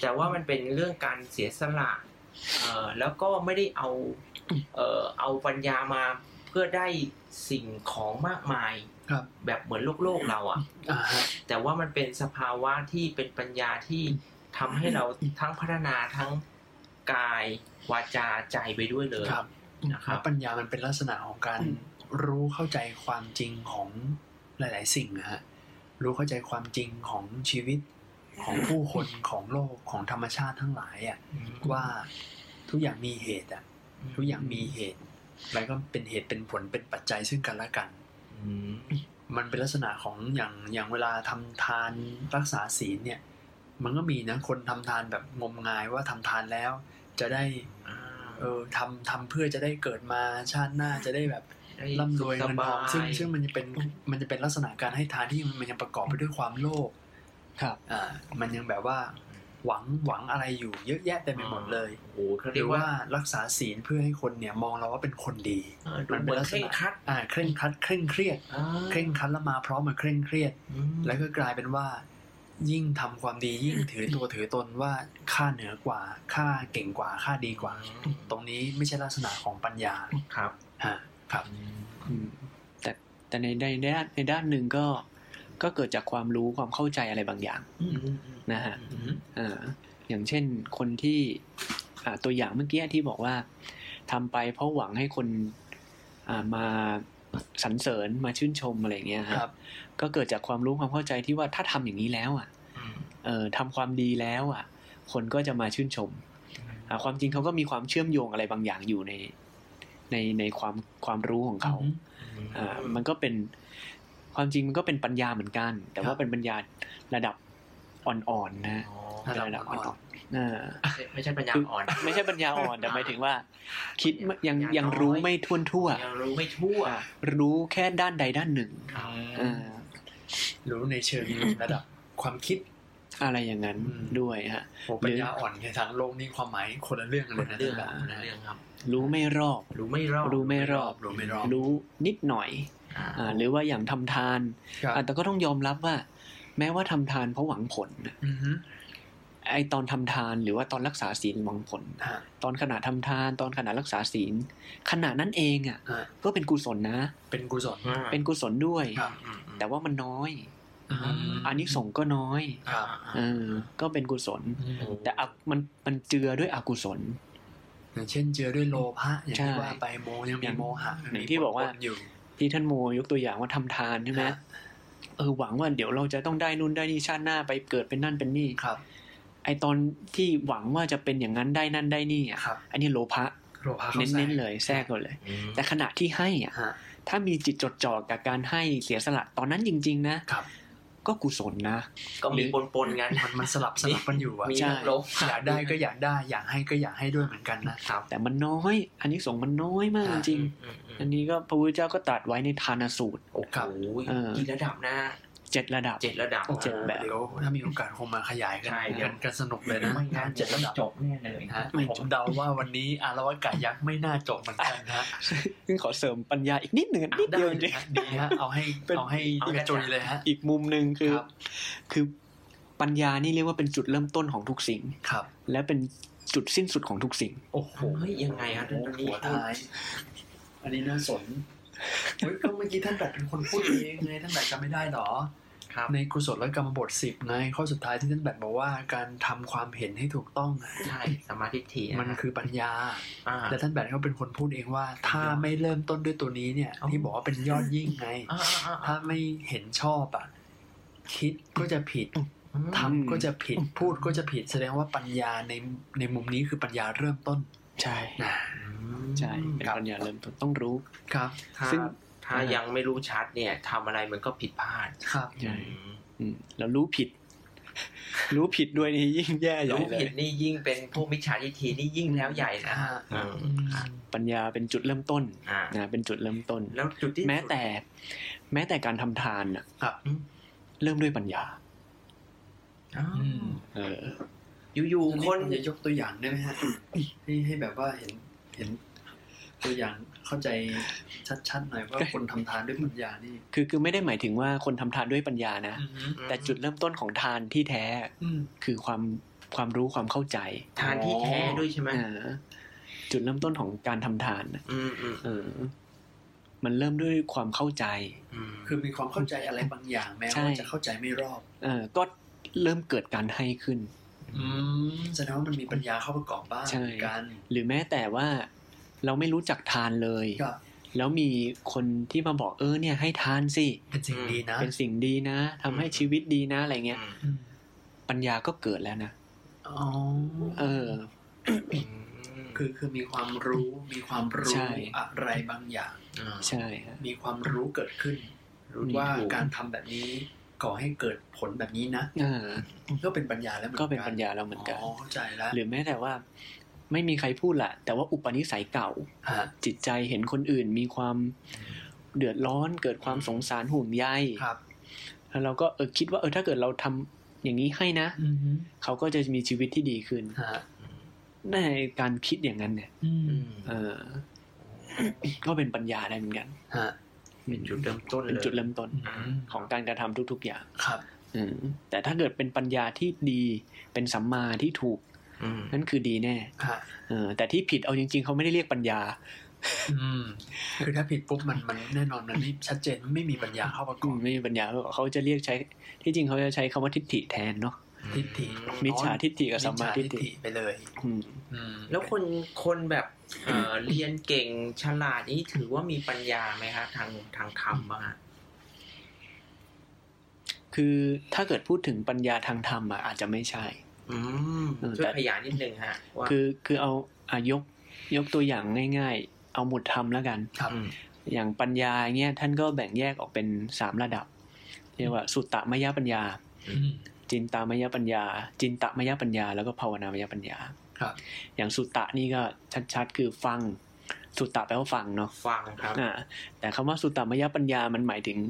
S2: แต่ว่ามันเป็นเรื่องการเสียสละเอ่อแล้วก็ไม่ได้เอาเอ่อเอาปัญญามาเพื่อได้สิ่งของมากมาย
S4: ครับ
S2: แบบเหมือนโลกโลกเราอะ
S4: อ่าฮะ
S2: แต่ว่ามันเป็นสภาวะที่เป็นปัญญาที่ทำให้เราทั้งพัฒนาทั้งกายวาจาใจไปด้วยเลย
S4: ครับ
S2: นะครับ
S4: แล้วปัญญามันเป็นลักษณะของการรู้เข้าใจความจริงของหลาย ๆ สิ่งนะฮะ รู้เข้าใจความจริงของชีวิต ของผู้
S2: *laughs*
S4: คนของโลกของธรรมชาติทั้งหลายอ่ะว่าทุกอย่างมีเหตุอ่ะทุกอย่างมีเหตุ แล้วก็เป็นเหตุเป็นผลเป็นปัจจัยซึ่งกันและกัน
S2: อืม
S4: มันเป็นลักษณะของอย่างอย่างเวลาทำทานรักษาศีลเนี่ย มันก็มีนะคนทำทานแบบงมงายว่าทำทานแล้ว จะได้
S2: อ่า
S4: เออทำทำเพื่อจะได้เกิดมาชาติหน้าจะได้แบบร่ำรวย
S2: ส
S4: เงิน
S2: บา
S4: ทองซึ่ง
S2: ย
S4: ซึ่งมันจะเป็นมันจะเป็นลักษณะการให้ทานที่มันยังประกอบไปด้วยความโลภ
S1: ครับ
S4: อ่ามันยังแบบว่าหวังหวังอะไรอยู่เยอะแยะเต็มไปหมดเลย
S2: โอ้โหเขา
S4: ห
S2: เรี
S4: รื
S2: ย
S4: อก ว่า
S2: ว่า
S4: รักษาศีลเพื่อให้คนเนี่ยมองเราว่าเป็นคนดี
S2: เออดูเหมือนเคร่งครัด
S4: อ่าเคร่งครัดเคร่งเครียด
S2: อ่า
S4: เคร่งครัดแล้วมาพร้อมกับเคร่งเครียด
S2: อืม
S4: แล้วก็กลายเป็นว่า ยิ่งทำความดียิ่งถือตัวถือตนว่าข้าเหนือกว่าข้าเก่งกว่าข้าดีกว่า ตรงนี้ไม่ใช่ลักษณะของปัญญา
S2: ครับ
S4: ฮะครับ
S3: อืมแต่แต่ในในในด้านในด้านหนึ่งก็ก็เกิดจากความรู้ความเข้าใจอะไรบางอย่าง นะฮะ อ่าอย่างเช่นคนที่อ่าตัวอย่างเมื่อกี้ที่บอกว่าทำไปเพราะหวังให้คนอ่ามาสรรเสริญมาชื่นชมอะไรอย่างเงี้ยฮะ
S4: ครับ
S3: ก็เกิดจากความรู้ความเข้าใจที่ว่าถ้าทำอย่างนี้แล้วอ่ะเออทำความดีแล้วอ่ะ คนก็จะมาชื่นชมอ่าความจริงเขาก็มีความเชื่อมโยงอะไรบางอย่างอยู่ในในในความความรู้ของเขา อ่ามันก็เป็นความจริงมันก็เป็นปัญญาเหมือนกัน แต่
S4: ครั
S3: ว่า
S4: บ
S3: เป็นปัญญาระดับอ่อนๆนะ
S4: ระดับ
S3: เป็น
S4: อ่อน
S3: ๆอ่า
S2: ไม่ใช่ปัญญาอ่อน
S3: ไม่ใช่ปัญญาอ่อน แต่หมายถึงว่า คิดไม่ยัง
S2: อย่าง
S3: ยัง
S2: น้อย
S3: รู้ไม่ทั่วนทั่ว
S2: ยังรู้ไม่ทั่ว
S3: อ่ารู้แค่ด้านใดด้านหนึ่ง
S4: อืม
S3: อ่า
S4: รู้ในเชิงระดับความคิด
S3: อะไรอย่างนั้น
S4: อืม
S3: ด้วยฮะ
S4: โหปัญญาอ่อนในทางโลกนี่ความหมายคนละเรื่องกันเลยนะ
S2: เรื่อง
S4: แบบ
S2: นะ
S4: นะ
S2: เรื่องครับ
S3: รู้ไม่รอบ
S2: รู้ไม่รอบ
S3: รู้ไม่รอบ
S4: รู้ไม่รอบ
S3: รู้นิดหน่อย
S2: อ่า
S3: อ่าหรือว่าอย่างทำทาน
S4: ครับ
S3: อ่าแต่ก็ต้องยอมรับว่า แม้ว่าทำทานเพราะหวังผลนะ
S4: อือฮึ
S3: ไอตอนทำทานหรือว่าตอนรักษาศีลหวังผล
S4: ฮะ
S3: ตอนขณะทำทานตอนขณะรักษาศีลขณะนั้นเองอ่ะ
S4: ฮะ
S3: ก็เป็นกุศลนะ
S4: เป็นกุศล
S3: เป็นกุศลด้วย
S4: ครับ
S2: อืมอืม
S3: แต่ว่ามันน้อย
S4: อืม
S3: อันนี้สงส์ก็น้อย
S4: ครับ
S3: เออก็เป็นกุศล
S4: อืม
S3: แต่อักมันมันเจือด้วยอกุศล
S4: อย่างเช่นเจอด้วยโลภะอย่าง
S3: ใช่
S4: ที่ว่าไปโมยังมีโมหะ
S3: อย่าง
S4: มี
S3: ที่บอกว่า
S4: ปนอยู่
S3: ที่ท่านโมยกตัวอย่างว่าทำทานใช่ไหม
S4: ครับ
S3: เออหวังว่าเดี๋ยวเราจะต้องได้นู่นได้นี่ชาติหน้าไปเกิดเป็นนั่นเป็นนี่
S4: ครับ
S3: ไอตอนที่หวังว่าจะเป็นอย่างนั้นได้นั่นได้นี่อ่ะ
S4: ครับ
S3: อันนี้โลภะ
S4: โลภะ
S3: เ
S4: ข้าใส่
S3: น้นๆเลยแทรกก่อนเลย
S2: อืม
S3: แต่ขณะที่ให้อ่ะ
S4: ฮะ
S3: ถ้ามีจิตจดจ่อกับการให้เสียสละตอนนั้นจริง ๆ นะ
S4: ครับ
S3: ก็กุศลนะ
S2: ก็มีปนๆกัน
S4: มันมันสลับสลับกันอยู่อะ
S2: มี
S3: ใช่
S2: นักลบ
S4: อยากได้ก็อยากได้ อยากให้ก็อยากให้ด้วยเหมือนกันนะ ครับ
S3: แต่มันน้อย อันนี้สงส์มันน้อยมาก
S4: ครั
S3: จ
S4: บ
S3: ริง
S2: อืมอืม
S3: ๆอันนี้ก็พระพุทธเจ้าก็ตรัสไว้ในทานสูตร
S2: โอ้โห
S4: ครับ
S3: เออ
S2: กี่ระดับนะ
S3: เจ็ดระดับ
S2: เจ็ดระดับ
S4: โอ้โห
S3: เจ็ดแบบ
S4: เดี๋ยวถ้ามีโอกาสคงมาขยายกัน
S2: ใช่เดี๋ยว
S4: กันกันสนุกเลยนะ
S2: ไม่งาน
S4: เจ็
S2: เจ็
S4: ด
S2: ด
S4: ระ
S2: ระ
S4: ดั
S2: ดั
S4: บบ
S2: จบแน่เลย
S4: ฮะผมเดาว่าวันนี้อารวากายักษ์ไม่น่าจบเหมือนกันนะ
S3: ซึ่งขอเสริมปัญญาอีกนิดหนึ่งนิดเดียวจริง
S4: นะดีฮะเอาให้
S3: เป็น
S4: เอาให้
S3: เอา
S4: ก
S3: ก
S4: ระ
S3: ระ
S4: จุ
S3: จาย
S4: ยเลยฮะ
S3: อีกมุมหนึ่งคือ
S4: ครับ
S3: คือปัญญานี่เรียกว่าเป็นจุดเริ่มต้นของทุกสิ่ง
S4: ครับ
S3: และเป็นจุดสิ้นสุดของทุกสิ่ง
S4: โอ้โห
S2: เฮ้ยยังไงฮะเรื่องนี้
S4: หัวท้าย อันนี้น่าสนเฮ้ยก็เมื่อกี้ท่านแบบเป็นคนพูดเองไงท่านแบบจำไม่ได้หรอ
S2: ครับ
S4: ในกุศลกรรมบทสิบไงข้อสุดท้ายที่ท่านแบบบอกว่าการทำความเห็นให้ถูกต้องอะ
S2: ใช่สมาธิฏฐิ
S4: มันคือปัญ
S2: *laughs*
S4: ญา
S2: อ่า
S4: และท่านแบบเขาเป็นคนพูดเองว่า ถ้าไม่เริ่มต้นด้วยตัวนี้เนี่ย
S2: อ๋อ
S4: ที่บอกว่าเป็นยอดยิ่ง
S2: *laughs*
S4: ไง
S2: อ่าอ่าอ่า
S4: ถ้าไม่เห็นชอบอ่ะคิดก็จะ
S2: *laughs*
S4: ผิด
S2: อืม
S4: ทำก็จะ
S2: *laughs*
S4: ผิด
S3: อืม
S4: พูดก็จะผิด แสดงว่าปัญญาในในมุมนี้คือปัญญาเริ่มต้น
S3: ใช่
S4: นะ
S3: ใช่เป็น
S2: ครับ
S3: ปัญญาเริ่มต้นต้องรู้
S4: ครับ
S2: ถ้า
S3: ซึ่ง
S2: ถ้ายังไม่รู้ชัดเนี่ยทำอะไรมันก็ผิดพลาด
S4: ครับ
S3: ใช่
S2: อืม
S3: อืมแล้วรู้ผิด รู้ผิดด้วยนี่ยิ่งแย่ใหญ่
S2: รู้
S3: เล
S2: ผิ
S3: ย
S2: ดนี่ยิ่งเป็นพวกมิจฉาทิฏฐินี่ยิ่งแล้วใหญ่
S4: *laughs*
S2: นะ
S4: อ่า
S2: อืม
S3: ปัญญาเป็นจุดเริ่มต้น
S2: อ่า
S3: นะเป็นจุดเริ่มต้น
S2: แล้วจุดที่
S3: แม้แต่ แม้แต่การทำทานน่ะ
S4: ครับ
S3: เริ่มด้วยปัญญา
S2: อ้าว
S4: อืม
S3: เออ
S2: อยู่ๆค
S4: คน
S2: น
S4: จะยกตัวอย่างได้ไหมฮะ ให้ให้แบบว่าเห็นเห็นตัวอย่างเข้าใจชัดๆหน่อยว่าคนทำทานด้วยปัญญานี่
S3: คือคือไม่ได้หมายถึงว่าคนทำทานด้วยปัญญานะ แต่จุดเริ่มต้นของทานที่แท้
S4: อืม
S3: คือความความรู้ความเข้าใจ
S2: ทานที่แท้ด้วยใช่ไหม
S3: เออจุดเริ่มต้นของการทำทานน่ะ
S2: อืมอืม
S3: เออ มันเริ่มด้วยความเข้าใจ
S2: อืม
S4: คือมีความเข้าใจอะไรบางอย่างแม้
S3: ใช่
S4: ว่าจะเข้าใจไม่รอบ
S3: เออก็เริ่มเกิดการให้ขึ้น
S4: อืมแสดงว่ามันมีปัญญาเข้าประกอบบ้าง
S3: ใช่
S4: เหมือนกัน
S3: หรือแม้แต่ว่าเราไม่รู้จักทานเลย
S4: ก็
S3: แล้วมีคนที่มาบอกเออเนี่ยให้ทานสิ
S4: เป็นสิ่งดีนะ
S3: เป็นสิ่งดีนะทำให้ชีวิตดีนะอะไรเงี้ย
S2: อืม
S4: อืม
S3: ปัญญาก็เกิดแล้วนะ
S4: อ๋อ
S3: เออ
S4: คือคือมีความรู้มีความรู้
S3: ใช่
S4: อะไรบางอย่าง
S2: า
S3: ใช่ฮะ
S4: มีความรู้เกิดขึ้น
S2: รู้
S4: ว่า
S2: ถูก
S4: การทำแบบนี้ก่อให้เกิดผลแบบนี้นะ
S3: อ่า
S4: ก็เป็นปัญญาแล้วหมือ
S3: ก็เป็นปัญญาแล้วเหมือนกัน
S4: อ๋อเข้าใจแล้ว
S3: หรือแม้แต่ว่า ไม่มีใครพูดล่ะ แต่ว่าอุปนิสัยเก่า
S4: ฮะ
S3: จิตใจเห็นคนอื่นมีความเดือดร้อน เกิดความสงสารห่วงใย
S4: ครับ
S3: แล้วเราก็เออคิดว่าเออถ้าเกิดเราทำอย่างนี้ให้นะ
S4: อืม
S3: เขาก็จะมีชีวิตที่ดีขึ้น
S4: ฮะ
S3: ในการคิดอย่างนั้นเนี่ย
S4: อืม
S2: อืม
S3: เออ ก็เป็นปัญญาได้เหมือนกัน
S4: ฮะ
S2: เป็นจุดเริ่มต้น
S3: เป็น
S2: เลย
S3: จุดเริ่มต้น
S4: อืม
S3: ของการกระทำทุก ๆ อย่าง
S4: ครับ
S3: อืมแต่ถ้าเกิดเป็นปัญญาที่ดีเป็นสัมมาที่ถูก
S2: อืม
S3: นั่นคือดีแน่
S4: ฮะ
S3: เออแต่ที่ผิดเอาจริง ๆ เขาไม่ได้เรียกปัญญา
S4: อืมคือถ้าผิดปุ๊บมันมันแน่นอนมันไม่ชัดเจนมันไม่มีปัญญาเข้าประก
S3: อื
S4: อ
S3: ม
S4: บ
S3: ไม่มีปัญญาเขาจะเรียกใช้ที่จริงเขาจะใช้คำว่าทิฏฐิแทนเนาะ
S4: ทิฏฐิ
S2: มี
S3: มิจฉาทิฏฐิกับสัมมาทิฏฐิ
S4: ไปเลย
S3: อืม
S4: อืม
S2: แล้วคนคนแบบเอ่อเรียนเก่งฉลาดนี่ถือว่ามีปัญญาไหมคะทางทางธรรมบ้างอะ
S3: คือถ้าเกิดพูดถึงปัญญาทางธรรมอะอาจจะไม่ใช่
S2: อืม
S3: เออ
S2: ช่ว
S3: แต่
S2: ยขยายนิดนึงฮะว่า
S3: คือคือเอาอายกยกตัวอย่างง่าย ๆ เอาหมวดธรรมแล้วกัน
S4: ครับ
S2: อืม
S3: อย่างปัญญาเงี้ยท่านก็แบ่งแยกออกเป็นสามระดับเรียกว่าสุตตมยปัญญา
S4: อืม
S3: จินตามยปัญญา จินตมยปัญญา แล้วก็ภาวนามยปัญญา
S4: ครับ
S3: อย่างสุตตะนี่ก็ชัดๆ คือฟัง สุตตะแปลว่าฟังเนาะ
S2: ฟังครับ
S3: อ่าแต่คำว่าสุตตมยปัญญา มันหมายถึง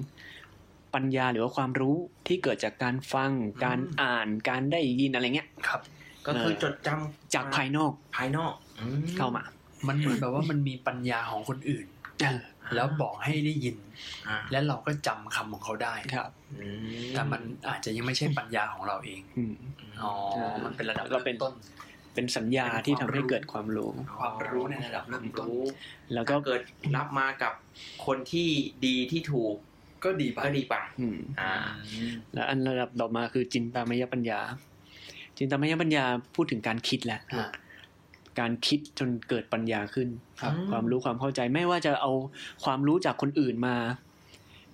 S3: ปัญญาหรือว่าความรู้ที่เกิดจากการฟัง การอ่าน การได้ยินอะไรเงี้ย
S4: ครับ
S2: ก็คือ
S3: เออ
S2: จดจำ
S3: จากภายนอก
S2: ภายนอกอื
S3: เข้ามา
S4: มันเหมือนแบบว่ามันมีปัญญาของคนอื่น
S3: เออ
S4: แล้วบอกให้ได้ยิน
S2: อ่า
S4: และเราก็จำคำของเขาได้
S3: ครับ
S2: อื
S4: แต่มันอาจจะยังไม่ใช่ปัญญาของเราเอง
S3: อืม
S4: อ๋อ
S3: อ่ามั
S4: มันเป็นระดับ
S3: เราเป็น
S4: มต้น
S3: เป็นสัญญาที่ทำให้เกิดความรู้
S4: ความรู้ในระดับเริ่มต้น
S2: รู้
S3: แล้วก็
S2: ก็เกิดรับมากับคนที่ดีที่ถูก
S4: ก็ดีไป
S2: ก็ดีไป
S3: อืม
S2: อ่า
S4: อืม
S3: แล้วอันระดับต่อมาคือจินตามยปัญญา จินตามยปัญญาพูดถึงการคิดแหละ
S4: อ่ะ
S3: การคิดจนเกิดปัญญาขึ้น
S4: ครับ
S3: ความรู้ความเข้าใจไม่ว่าจะเอาความรู้จากคนอื่นมา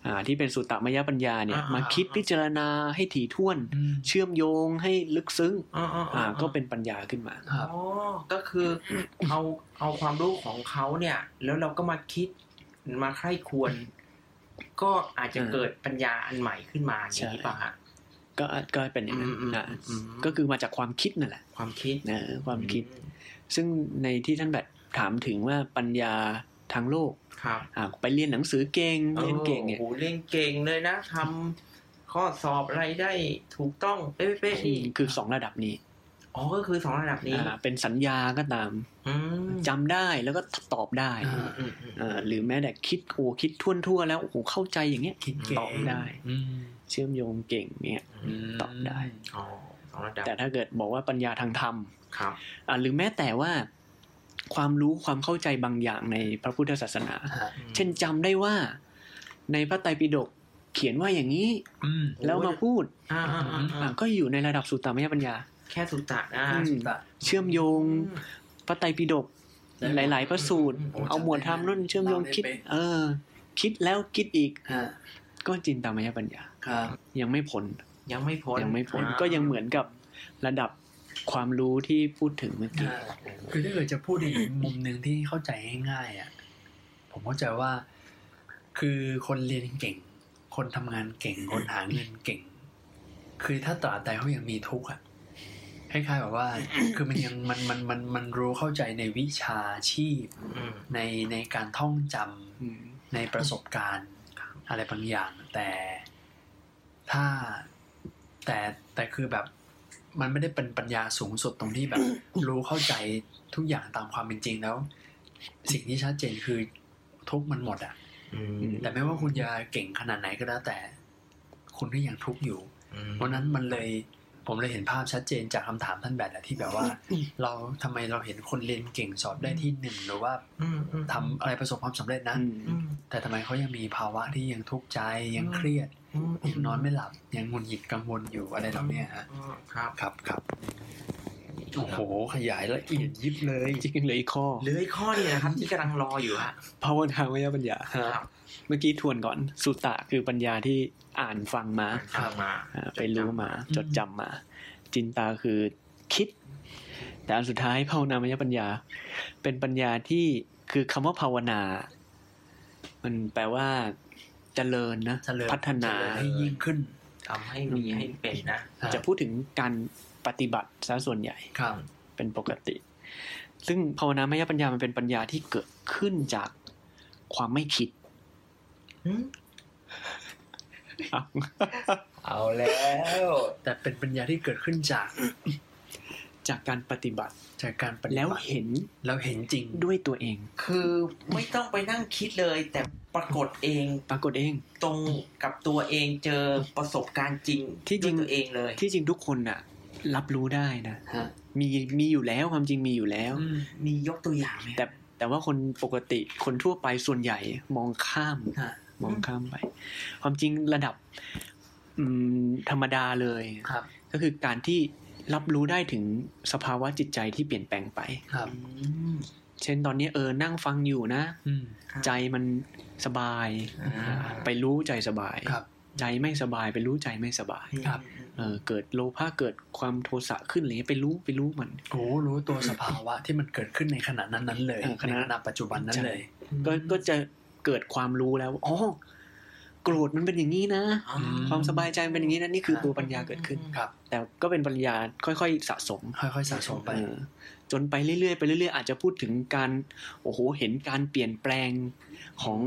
S3: อ่าที่เป็นสุตตมยปัญญาเนี่ย
S2: อ่าม
S3: มาคิดพิจารณาให้ถี่ถ้วน
S4: อืม
S3: เชื่อมโยงให้ลึกซึ้ง
S2: อ๋ออ๋ออ๋อ
S3: อ่าก็เป็นปัญญาขึ้นมา
S4: ครั
S2: อ๋
S4: บ
S2: อก็คือ *coughs* เอาเอาความรู้ของเขาเนี่ย แล้วเราก็มาคิดมาใคร่ควร ก็อาจจะ
S3: อ่า
S2: เกิดปัญญาอันใหม่ขึ้นมาอ
S3: ใช่
S2: ย่างนี้ป่ะฮะ
S3: ก็ก็เป็นอย่างนั้น
S2: อืมอืม
S3: อ่า
S2: อืม
S3: ก็คือมาจากความคิดนั่นแหละ
S2: ความคิด
S3: นะความคิด ซึ่งในที่ท่านแบบถามถึงว่าปัญญาทางโลก
S2: ครับ
S3: อ่าไปเรียนหนังสือเก่งเรียนเก่งเนี่ย
S2: โอ้โหเล่นเก่งเลยนะทำข้อสอบอะไรได้ถูกต้องเป๊ะๆนี่
S3: คือสองระดับนี้
S2: อ๋อก็คือสองระดับนี้
S3: อ่าเป็นสัญญาก็ตาม
S2: อืม
S3: จำได้แล้วก็ตอบได้
S4: อ่า
S2: อืมอืม
S3: เอ่อหรือแม้แต่คิดโอ้คิดท่วนทั่วๆแล้วโอ้โหเข้าใจอย่างเงี้ย
S4: คิดเก่
S3: ตอบ
S4: ง
S3: ได้
S4: อืม
S3: เชื่อมโยงเก่งเนี่ย
S4: ม
S3: ตอบได้
S2: อ๋อสองระดับ
S3: แต่ถ้าเกิดบอกว่าปัญญาทางธรรม
S2: ครับ
S3: อ่ะหรือแม้แต่ว่า ความรู้ความเข้าใจบางอย่างในพระพุทธศาสนา
S4: ฮะ
S3: เช่นจำได้ว่า ในพระไตรปิฎกเขียนว่าอย่างนี้
S4: อืม
S2: โอ้ย
S3: แล้วมาพูด
S2: อ่าอ่าอ่า
S3: อ่ะ
S2: อ่า
S3: ก็อยู่ในระดับสุตตามยปัญญา
S2: แค่สุตตะอ่า
S3: อืม
S4: ตะ
S3: เชื่อมโยง
S2: อืม
S3: พระไตรปิฎกหลาย ๆ พระสูตร
S4: โอ้ย
S3: เอาหมวดธรรมนู่นเชื่อมโยงคิด
S4: เล่าได้เป๊ะ
S3: เออ คิดแล้วคิดอีก
S4: ฮะ
S3: ก็จินตามยปัญญา
S4: ครับ
S3: ยังไม่พ้น
S2: ยังไม่พ้น
S3: ยังไม่พ้น
S2: อ่า
S3: ก็ยังเหมือนกับระดับความรู้ที่พูดถึงเมื่อกี้
S4: ฮะคือถ้าเกิดจะพูดในอีกมุมหนึ่งที่เข้าใจง่ายๆอ่ะ ผมเข้าใจว่า คือคนเรียนเก่ง คนทำงานเก่ง คนหาเงินเก่ง คือถ้าตราบใดเขายังมีทุกข์อ่ะ คล้ายๆแบบว่า คือมันยังมันมันมันมันรู้เข้าใจในวิชาชีพ
S2: อืม
S4: ในในการท่องจำ
S3: อืม
S4: ในประสบการณ์อะไรบางอย่าง แต่ถ้าแต่แต่คือแบบมันไม่ได้เป็นปัญญาสูงสุดตรงที่แบบ รู้เข้าใจทุกอย่างตามความเป็นจริงแล้ว สิ่งที่ชัดเจนคือทุกข์มันหมดอะ
S2: อืม
S4: แต่ไม่ว่าคุณจะเก่งขนาดไหนก็แล้วแต่ คุณก็ยังทุกข์อยู่
S2: อืม
S4: เพราะนั้นมันเลยผมเลยเห็นภาพชัดเจนจากคำถามท่านแบบอะที่แบบว่า เราทำไมเราเห็นคนเรียนเก่งสอบได้ที่หนึ่งหรือว่า
S2: อืมอืม
S4: ทำอะไรประสบความสำเร็จนะ
S3: อืม
S2: อืม
S4: แต่ทำไมเขายังมีภาวะที่ยังทุกข์ใจยังเครียด ยังนอนไม่หลับ ยังหงุนหงิดกังวลอยู่อะไรเหล่าเนี้ยฮะ
S2: อืมครับ
S4: ครับครับโอ้โห ขยายละเอียดยิบเลย
S3: จริงๆเหลยอีกข้อ
S2: เหลืออีกข้อนี่นะครับ ที่กำลังรออยู่ฮะ
S3: ภาวนามยปัญญา
S2: ครับ
S3: เมื่อกี้ทวนก่อนสุตตะคือปัญญาที่อ่านฟังมา
S2: ครับมา
S3: อ่าไปรู้มาจดจำมา จินตาคือคิด แต่อันสุดท้ายภาวนามยปัญญา เป็นปัญญาที่คือคำว่าภาวนา มันแปลว่าเจริญนะ
S4: เจริญ
S3: พัฒนา
S4: เจริญให้ยิ่งขึ้น
S2: ทำให้มีให้เป็นนะ
S4: ครับ
S3: จะพูดถึงการปฏิบัติซะส่วนใหญ่
S4: ครับ
S3: เป็นปกติ ซึ่งภาวนามยปัญญามันเป็นปัญญาที่เกิดขึ้นจากความไม่คิดอ่ะ
S2: เอาแล้ว
S4: แต่เป็นปัญญาที่เกิดขึ้นจาก
S3: จากการปฏิบัติ
S4: จากการปฏิ
S3: แล้ว
S4: บัติ
S3: เห็น
S4: แล้วเห็นจริง
S3: ด้วยตัวเอง
S2: คือไม่ต้องไปนั่งคิดเลย แต่ปรากฏเอง
S3: ปรากฏเอง
S2: ตรงกับตัวเองเจอประสบการณ์จริง
S3: ที่จริง
S2: ด้วยตัวเองเลย
S3: ที่จริงทุกคนน่ะ รับรู้ได้นะ
S4: ฮะ
S3: มีมีอยู่แล้วความจริงมีอยู่แล้ว
S4: อืม
S2: มียกตัวอย่างไหม
S3: แต่แต่ว่าคนปกติคนทั่วไปส่วนใหญ่มองข้าม
S2: ฮะ
S3: มองข้ามไป ความจริงระดับ อืม ธรรมดาเลย
S4: ครับ
S3: ก็คือการที่รับรู้ได้ถึงสภาวะจิตใจที่เปลี่ยนแปลงไป
S4: ครับ
S2: อืม
S3: เช่นตอนนี้เออนั่งฟังอยู่นะ
S4: อืม
S3: ใจมันสบาย
S2: อ่า
S3: ไปรู้ใจสบาย
S4: ครับ
S3: ใจไม่สบายไปรู้ใจไม่สบาย
S4: ครับ
S3: เออเกิดโลภะเกิดความโทสะขึ้นอะไรเงี้ยไปรู้ไปรู้มัน
S4: โอ้รู้ตัวสภาวะที่มันเกิดขึ้นในขณะนั้นนั้นๆเลย
S3: เออข
S4: ใน
S3: ณะ
S4: ขณะปัจจุบันนั้น
S3: ใช่
S4: เลย
S3: ก็ก็จะเกิดความรู้แล้วว่าอ๋อโกรธมันเป็นอย่างนี้นะ
S2: อ๋อ
S4: ม
S3: ความสบายใจมันเป็นอย่างนี้นะนี่คือตัวปัญญาเกิดขึ้น
S4: ครับ
S3: แต่ก็เป็นปัญญาค่อยๆ สะสม
S4: ค่อยๆสะสมไป
S3: เออจนไปเรื่อยๆไปเรื่อยๆอาจจะพูดถึงการโอ้โหเห็นการเปลี่ยนแปลงของ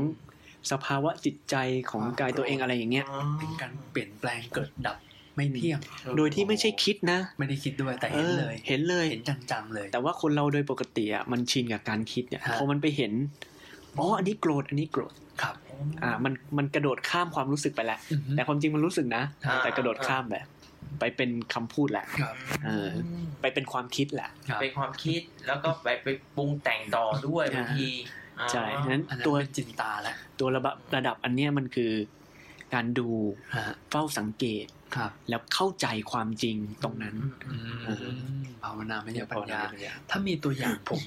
S3: สภาวะจิตใจของกายตัวเองอะไรอย่างเงี้ย
S2: อ๋อ
S4: เป็นการเปลี่ยนแปลงเกิดดับไม่เที่ยง
S3: โดยที่ไม่ใช่คิดนะ
S4: ไม่ได้คิดด้วยแต่เห็นเลย
S3: ออเห็นเลย
S4: เห็นจังๆเลย
S3: แต่ว่าคนเราโดยปกติอ่ะมันชินกับการคิดเนี่ย
S4: ฮะ
S3: พอมันไปเห็นอ๋ออันนี้โกรธอันนี้โกรธ
S4: ครับ
S3: อ่ามันมันกระโดดข้ามความรู้สึกไปแล้ว
S4: อือฮึ
S3: แต่ความจริงมันรู้สึกนะ
S2: อ่า
S3: แต่กระโดดข้ามแบบ ไปเป็นคำพูดแหละ
S4: ครับ
S3: เออ ไปเป็นความคิดแหละ
S4: ครับ
S2: เป็นความคิดแล้วก็ *laughs* ไปไปปรุงแต่งต่อด้วย
S3: อ่า
S2: บางทีอ่า
S3: ใช่ฉะนั้น
S4: อันนั้น
S3: ตัว
S4: เป็นจินตาแล้ว
S3: ตัวระดับระดับอันเนี้ยมันคือการดู
S4: ฮะ
S3: เฝ้าสังเกต
S4: ครับ
S3: แล้วเข้าใจความจริงตรงนั้น
S4: อืมภาวนาไม่ใช่ปัญญา
S3: เรียกภว
S4: ถ้ามีตัวอย่างผม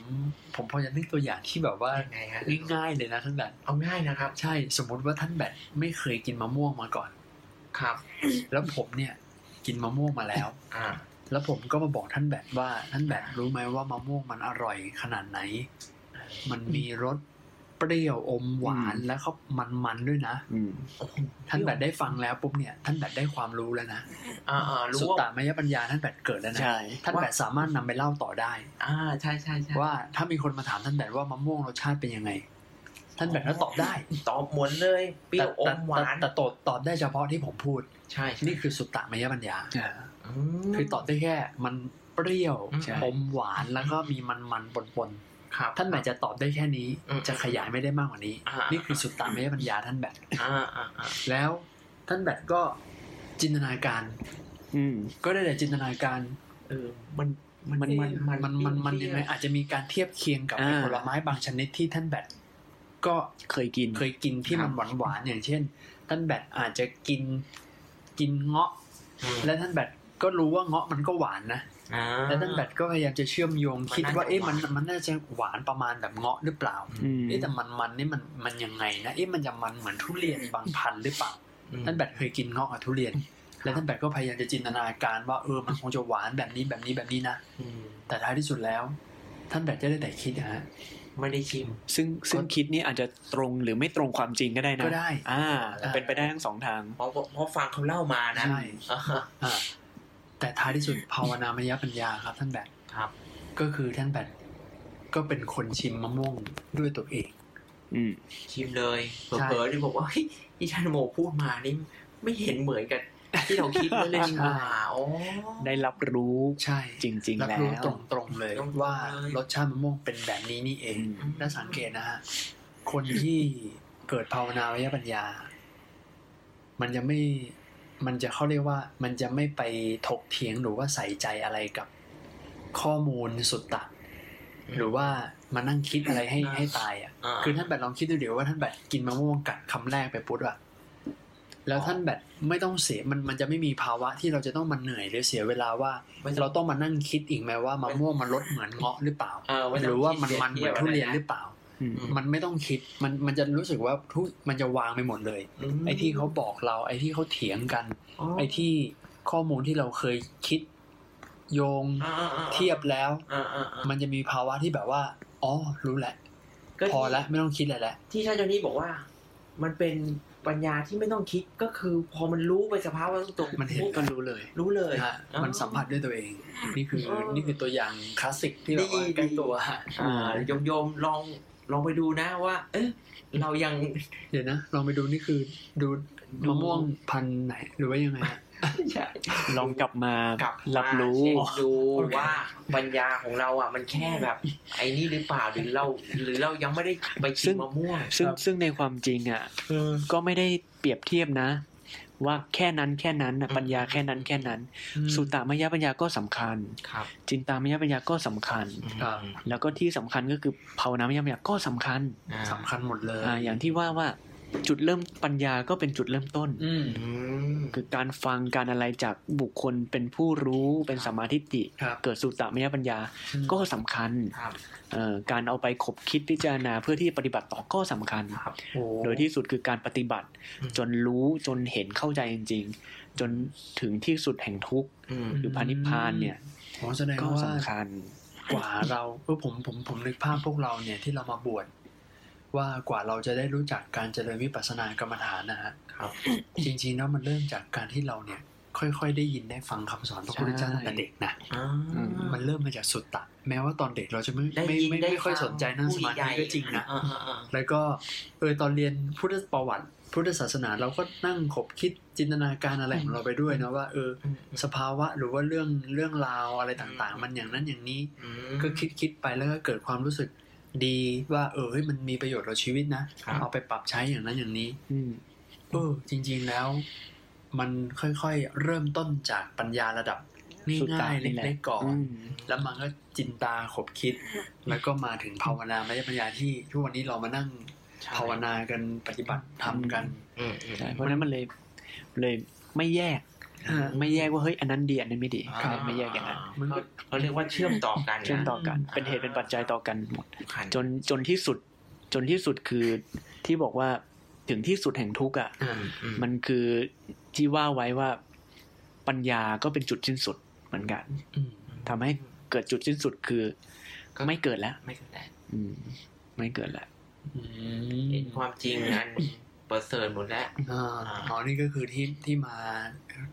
S4: ผมพอจะนึกตัวอย่างที่แบบว่า
S2: ยังไงฮะ
S4: ง่ายๆเลยนะท่านแบท
S2: เอาง่ายนะครับ
S4: ใช่สมมุติว่าท่านแบทไม่เคยกินมะม่วงมาก่อน
S2: ครับ
S4: แล้วผมเนี่ยกินมะม่วงมาแล้ว
S2: อ่า
S4: แล้วผมก็มาบอกท่านแบทว่าท่านแบทรู้ไหมว่ามะม่วงมันอร่อยขนาดไหน มันมีรสเปรี้ยวอมหวานแล้วก็มันๆด้วยนะ
S3: อืม
S4: ท่านแบทได้ฟังแล้วปุ๊บเนี่ยท่านแบทได้ความรู้แล้วนะ
S2: อ่าอ่ารู้
S4: สุต
S2: ว่า
S4: ตามยปัญญาท่านแบทเกิดแล้วนะ
S3: ใช่
S4: ท่านแบทสามารถนำไปเล่าต่อได้
S2: อ่าใช่ใช่ใช่
S4: ว่าถ้ามีคนมาถามท่านแบทว่ามะม่วงรสชาติเป็นยังไง ท่านแบทก็ตอบได้
S2: ตอบหมวนเลยเปรี้ยวอ
S4: แต่
S2: มหวาน
S4: แต่แต่ตอบตอบได้เฉพาะที่ผมพูด
S2: ใช่ใช่
S4: นี่คือสุตตมยปัญญา
S3: อ่า
S2: อืม
S4: คือตอบได้แค่ มันเปรี้ยว
S2: ใช่
S4: อมหวานแล้วก็มีมันมันๆปนๆ
S2: ครับ
S4: ท่านแบบจะตอบได้แค่นี้
S2: อืม
S4: จะขยายไม่ได้มากกว่านี้
S2: อ่านี่
S4: นี่คือสุตตมยปัญญาท่านแบบ
S2: อ่าอ่าอ่า
S4: แล้วท่านแบบก็จินตนาการ
S3: อืม
S4: ก็ได้แต่จินตนาการ
S2: เออมันมัน
S3: มัน
S2: มัน
S4: มันมันมันมันยังไงอาจจะมีการเทียบเคียงกับ
S3: อ่า
S4: ผลไม้บางชนิดที่ท่านแบบก็
S3: เคยกิน
S4: เคยกินที่มันหวานหวานๆอย่างเช่น ท่านแบบอาจจะกินกินเงาะ
S2: อืม
S4: และท่านแบทก็รู้ว่าเงาะมันก็หวานนะ
S2: อ่า
S4: และท่านแบทก็พยายามจะเชื่อมโยง
S2: มัน
S4: คิดว่า
S2: น่าจะ
S4: เอ๊ะมัน
S2: หวาน
S4: มันน่าจะหวานประมาณแบบเงาะหรือเปล่า
S3: อืม
S4: เอ๊ะแต่มันมันนี่มันมันยังไงนะเอ๊ะมันจะมันเหมือนทุเรียนบางพันธุ์หรือเปล่า
S2: อืม
S4: ท่านแบทเคยกินเงาะกับทุเรียน และท่านแบทก็พยายามจะจินตนาการว่าเออมันคงจะหวานแบบนี้แบบนี้แบบนี้นะ
S2: อืม
S4: แต่ท้ายที่สุดแล้ว ท่านแบทจะได้แต่คิดนะฮะ
S2: ไม่ได้ชิม
S3: ซึ่งซึ่งคิดนี่อาจจะตรงหรือไม่ตรงความจริงก็ได้นะ
S4: ก็ได้
S3: อ่า
S4: อ่า
S3: เป็นไปได้ทั้งสองทาง
S2: เพราะเพราะฟังเขาเล่ามานะ
S4: ใช่
S2: อ่า
S4: อ่าแต่ท้ายที่สุดภาวนามยปัญญาครับท่านแบท
S2: ครับ
S4: ก็คือท่านแบทก็เป็นคนชิมมะม่วงด้วยตัวเอง
S3: อืม
S2: ชิมเลยเผ
S4: ใช่
S2: ลอๆที่บอกว่าเฮ้ยที่ท่านโมพูดมานี่ไม่เห็นเหมือนกับที่เราคิดเลยนี่หว่าอ๋อ
S3: ได้รับรู้
S4: ใช่
S3: จริง ๆ
S4: รับ
S3: แล้ว
S4: รู้ตรงๆเลย
S2: ตรงๆ
S4: ว่า
S2: เลย
S4: รสชาติมะม่วงเป็นแบบนี้นี่เอ
S3: อื
S4: ง
S3: ม
S4: น่าสังเกตนะฮะ คนที่เกิดภาวนาวิยปัญญา มันจะไม่ มันจะเขาเรียกว่า มันจะไม่ไปถกเถียงหรือว่าใส่ใจอะไรกับข้อมูลสุดตะหรือว่ามานั่งคิดอะไรให้ให้ตายอ่ะ
S2: า
S4: คือท่านแบทลองคิดดูเดี๋ยวว่าท่านแบทกินมะม่วงกัดคำแรกไปปุ๊บอะแล้วท่านแบทไม่ต้องเสียมันมันจะไม่มีภาวะที่เราจะต้องมาเหนื่อยหรือเสียเวลาว่า
S2: ไม่ต้อง
S4: เราต้องมานั่งคิดอีกไหมว่ามะม่วงมันรสเหมือนเงาะหรือเปล่า
S2: เออไม่ต้อง
S4: หรือว่ามัน
S2: คิด
S4: มันเหมือนทุเรียนหรือเปล่า
S3: อืม
S2: อืม
S4: มันไม่ต้องคิดมันมันจะรู้สึกว่าทุกมันจะวางไปหมดเลย
S2: ม
S4: ไอ้ที่เขาบอกเรา ไอ้ที่เขาเถียงกัน ไอ้ที่ข้อมูลที่เราเคยคิด โยง
S2: อ่าอ่า
S4: เทียบแล้ว
S2: อ่าอ่าอ่า
S4: มันจะมีภาวะที่แบบว่า อ๋อ รู้แหละ
S2: ก็
S4: พอแล้วไม่ต้องคิดอะไรแล้ว
S2: ที่ท่านเจ้านี้บอกว่า มันเป็นปัญญาที่ไม่ต้องคิดก็คือ พอมันรู้ไปสภาพว่าตรงๆ
S4: มันเห็น
S2: ปุ๊บ
S4: ก็รู้เลย
S2: รู้เลย
S4: ฮะ
S2: อ่า
S4: มันสัมผัสด้วยตัวเอง นี่คือ
S2: อ๋อ
S4: นี่คือตัวอย่างคลาสสิกที่แบบว่า
S2: ดี
S4: ใกล้ตัว
S2: อ่าโยมโยมลองลองไปดูนะว่า เอ๊ะเรายัง *laughs*
S4: เดี๋ยวนะ ลองไปดูนี่คือดู
S2: ดู
S4: มะม่วงพันธุ์ไหนหรือว่ายังไงฮะ
S3: ลองกลับมาก
S2: ลับ
S3: รับรู้
S2: มาเช็คดูว่าปัญญาของเราอ่ะ มันแค่แบบ ไอ้นี่หรือเปล่าหรือเรา หรือเรายังไม่ได้ไป
S3: ซึ่
S2: ชิม
S3: ง
S2: มะม่วง
S3: ซึ่ง
S4: ครับ
S3: ซึ่งในความจริงอ่ะ ก็ไม่ได้เปรียบเทียบนะ ว่าแค่นั้นแค่นั้นนะปัญญาแค่นั้นแค่นั้น สุตตามยปัญญาก็สำคัญ
S2: ครับ
S3: จินตามยปัญญาก็สำคัญ
S4: ครับ
S3: แล้วก็ที่สำคัญก็คือภาวนามยปัญญาก็สำคัญ
S2: อ่า
S4: สำคัญหมดเลย
S3: อ่าอย่างที่ว่าว่าจุดเริ่มปัญญาก็เป็นจุดเริ่มต้น
S4: อืม
S2: อืม
S3: คือการฟังการอะไรจากบุคคลเป็นผู้รู้เป็นสัมมาทิฏฐิ
S4: ครับ
S3: เกิดสุตตามยปัญญาก็สำคัญ
S2: ครับ
S3: เอ่อการเอาไปขบคิดพิจารณาเพื่อที่ปฏิบัติต่อก็สำคัญ
S2: ครับ
S4: โอ้
S3: โดยที่สุดคือการปฏิบัติ
S2: อืม
S3: จนรู้จนเห็นเข้าใจจริง ๆ จนถึงที่สุดแห่งทุกข์
S2: อืม
S3: หรือพานิพพานเนี่ย
S4: อ๋อแสดง
S3: ก็
S4: ว่า
S3: สำคัญ
S4: กว่าเราเออผมผมผมนึกภาพพวกเราเนี่ยที่เรามาบวชว่ากว่าเราจะได้รู้จักการเจริญวิปัสสนากรรมฐานนะฮะ
S2: ครับ
S4: จริงๆแล้วมันเริ่มจากการที่เราเนี่ย ค่อยๆ ได้ยินได้ฟังคำสอนพระพุทธเจ้า
S3: ใช่
S4: ตั้งแต่เด็กนะ
S2: อ่า
S4: มันเริ่มมาจากสุตตะ แม้ว่าตอนเด็กเราจะไม่
S2: ได้
S4: ไม่
S2: ยิน
S4: ไม่
S2: ได้
S4: ไม่ค่อย
S2: ฟั
S4: สนใจนั่งสมาธิ
S2: ผู้ใหญ่
S4: ก็จริงนะ
S2: อ่าอ่าอ่า
S4: แล้วก็เออตอนเรียนพุทธประวัติ พุทธศาสนาเราก็นั่งขบคิดจินตนาการอะไรของเราไปด้วยนะว่าเออ
S2: อืม
S4: สภาวะหรือว่าเรื่องเรื่องราวอะไรต่างๆ มันอย่างนั้นอย่างนี้
S2: อืม
S4: ก็คิดคิดไปแล้วก็เกิดความรู้สึกดีว่าเออเฮ้ยมันมีประโยชน์ต่อชีวิตนะครับ เอาไปปรับใช้อย่างนั้นอย่างนี้
S3: อืม
S4: เออจริงๆแล้ว มันค่อยๆ เริ่มต้นจากปัญญาระดับ
S3: สุตตะ
S4: ง่ายๆ
S3: นี่แหละ
S4: เล็กๆก่อน
S3: อืม
S4: แล้วมันก็จินตาขบคิด แล้วก็มาถึงภาวนามยปัญญาที่ทุกวันนี้เรามานั่ง
S2: ใช่
S4: ภาวนากันปฏิบัติทำกัน
S2: อืมอืม
S3: ใช่เพราะฉะนั้นมันเลยเลยไม่แยก
S4: อ่า
S3: ไม่แยกว่าเฮ้ยอันนั้นดีอันนั้นไม่ดี
S2: อ่า
S3: ไม่แยกอย่างนั้น
S4: มันก็
S2: เขาเรียกว่าเชื่อมต่อกันะ
S3: เชื่อมต่อกัน
S4: อ่า
S3: เป็นเหตุเป็นปัจจัยต่อกันหมด
S2: ขัน
S3: จนจนที่สุด จนที่สุดคือที่บอกว่าถึงที่สุดแห่งทุกข์อ่ะ
S4: อ่า
S2: อื
S3: มันคือที่ว่าไว้ว่าปัญญาก็เป็นจุดสิ้นสุดเหมือนกัน
S4: อืม
S3: ทำให้ เกิดจุดสิ้นสุดคือ
S2: ก็
S3: ไม่เกิดแล้ว
S2: ไม่เข้าใจ
S3: อืม ไม่เกิดแล้ว
S4: อื
S2: เห็น
S4: ม
S2: ความจริงอันประเสริฐหมดแล้ว
S4: อ่าอ๋อนี่ก็คือที่ที่มา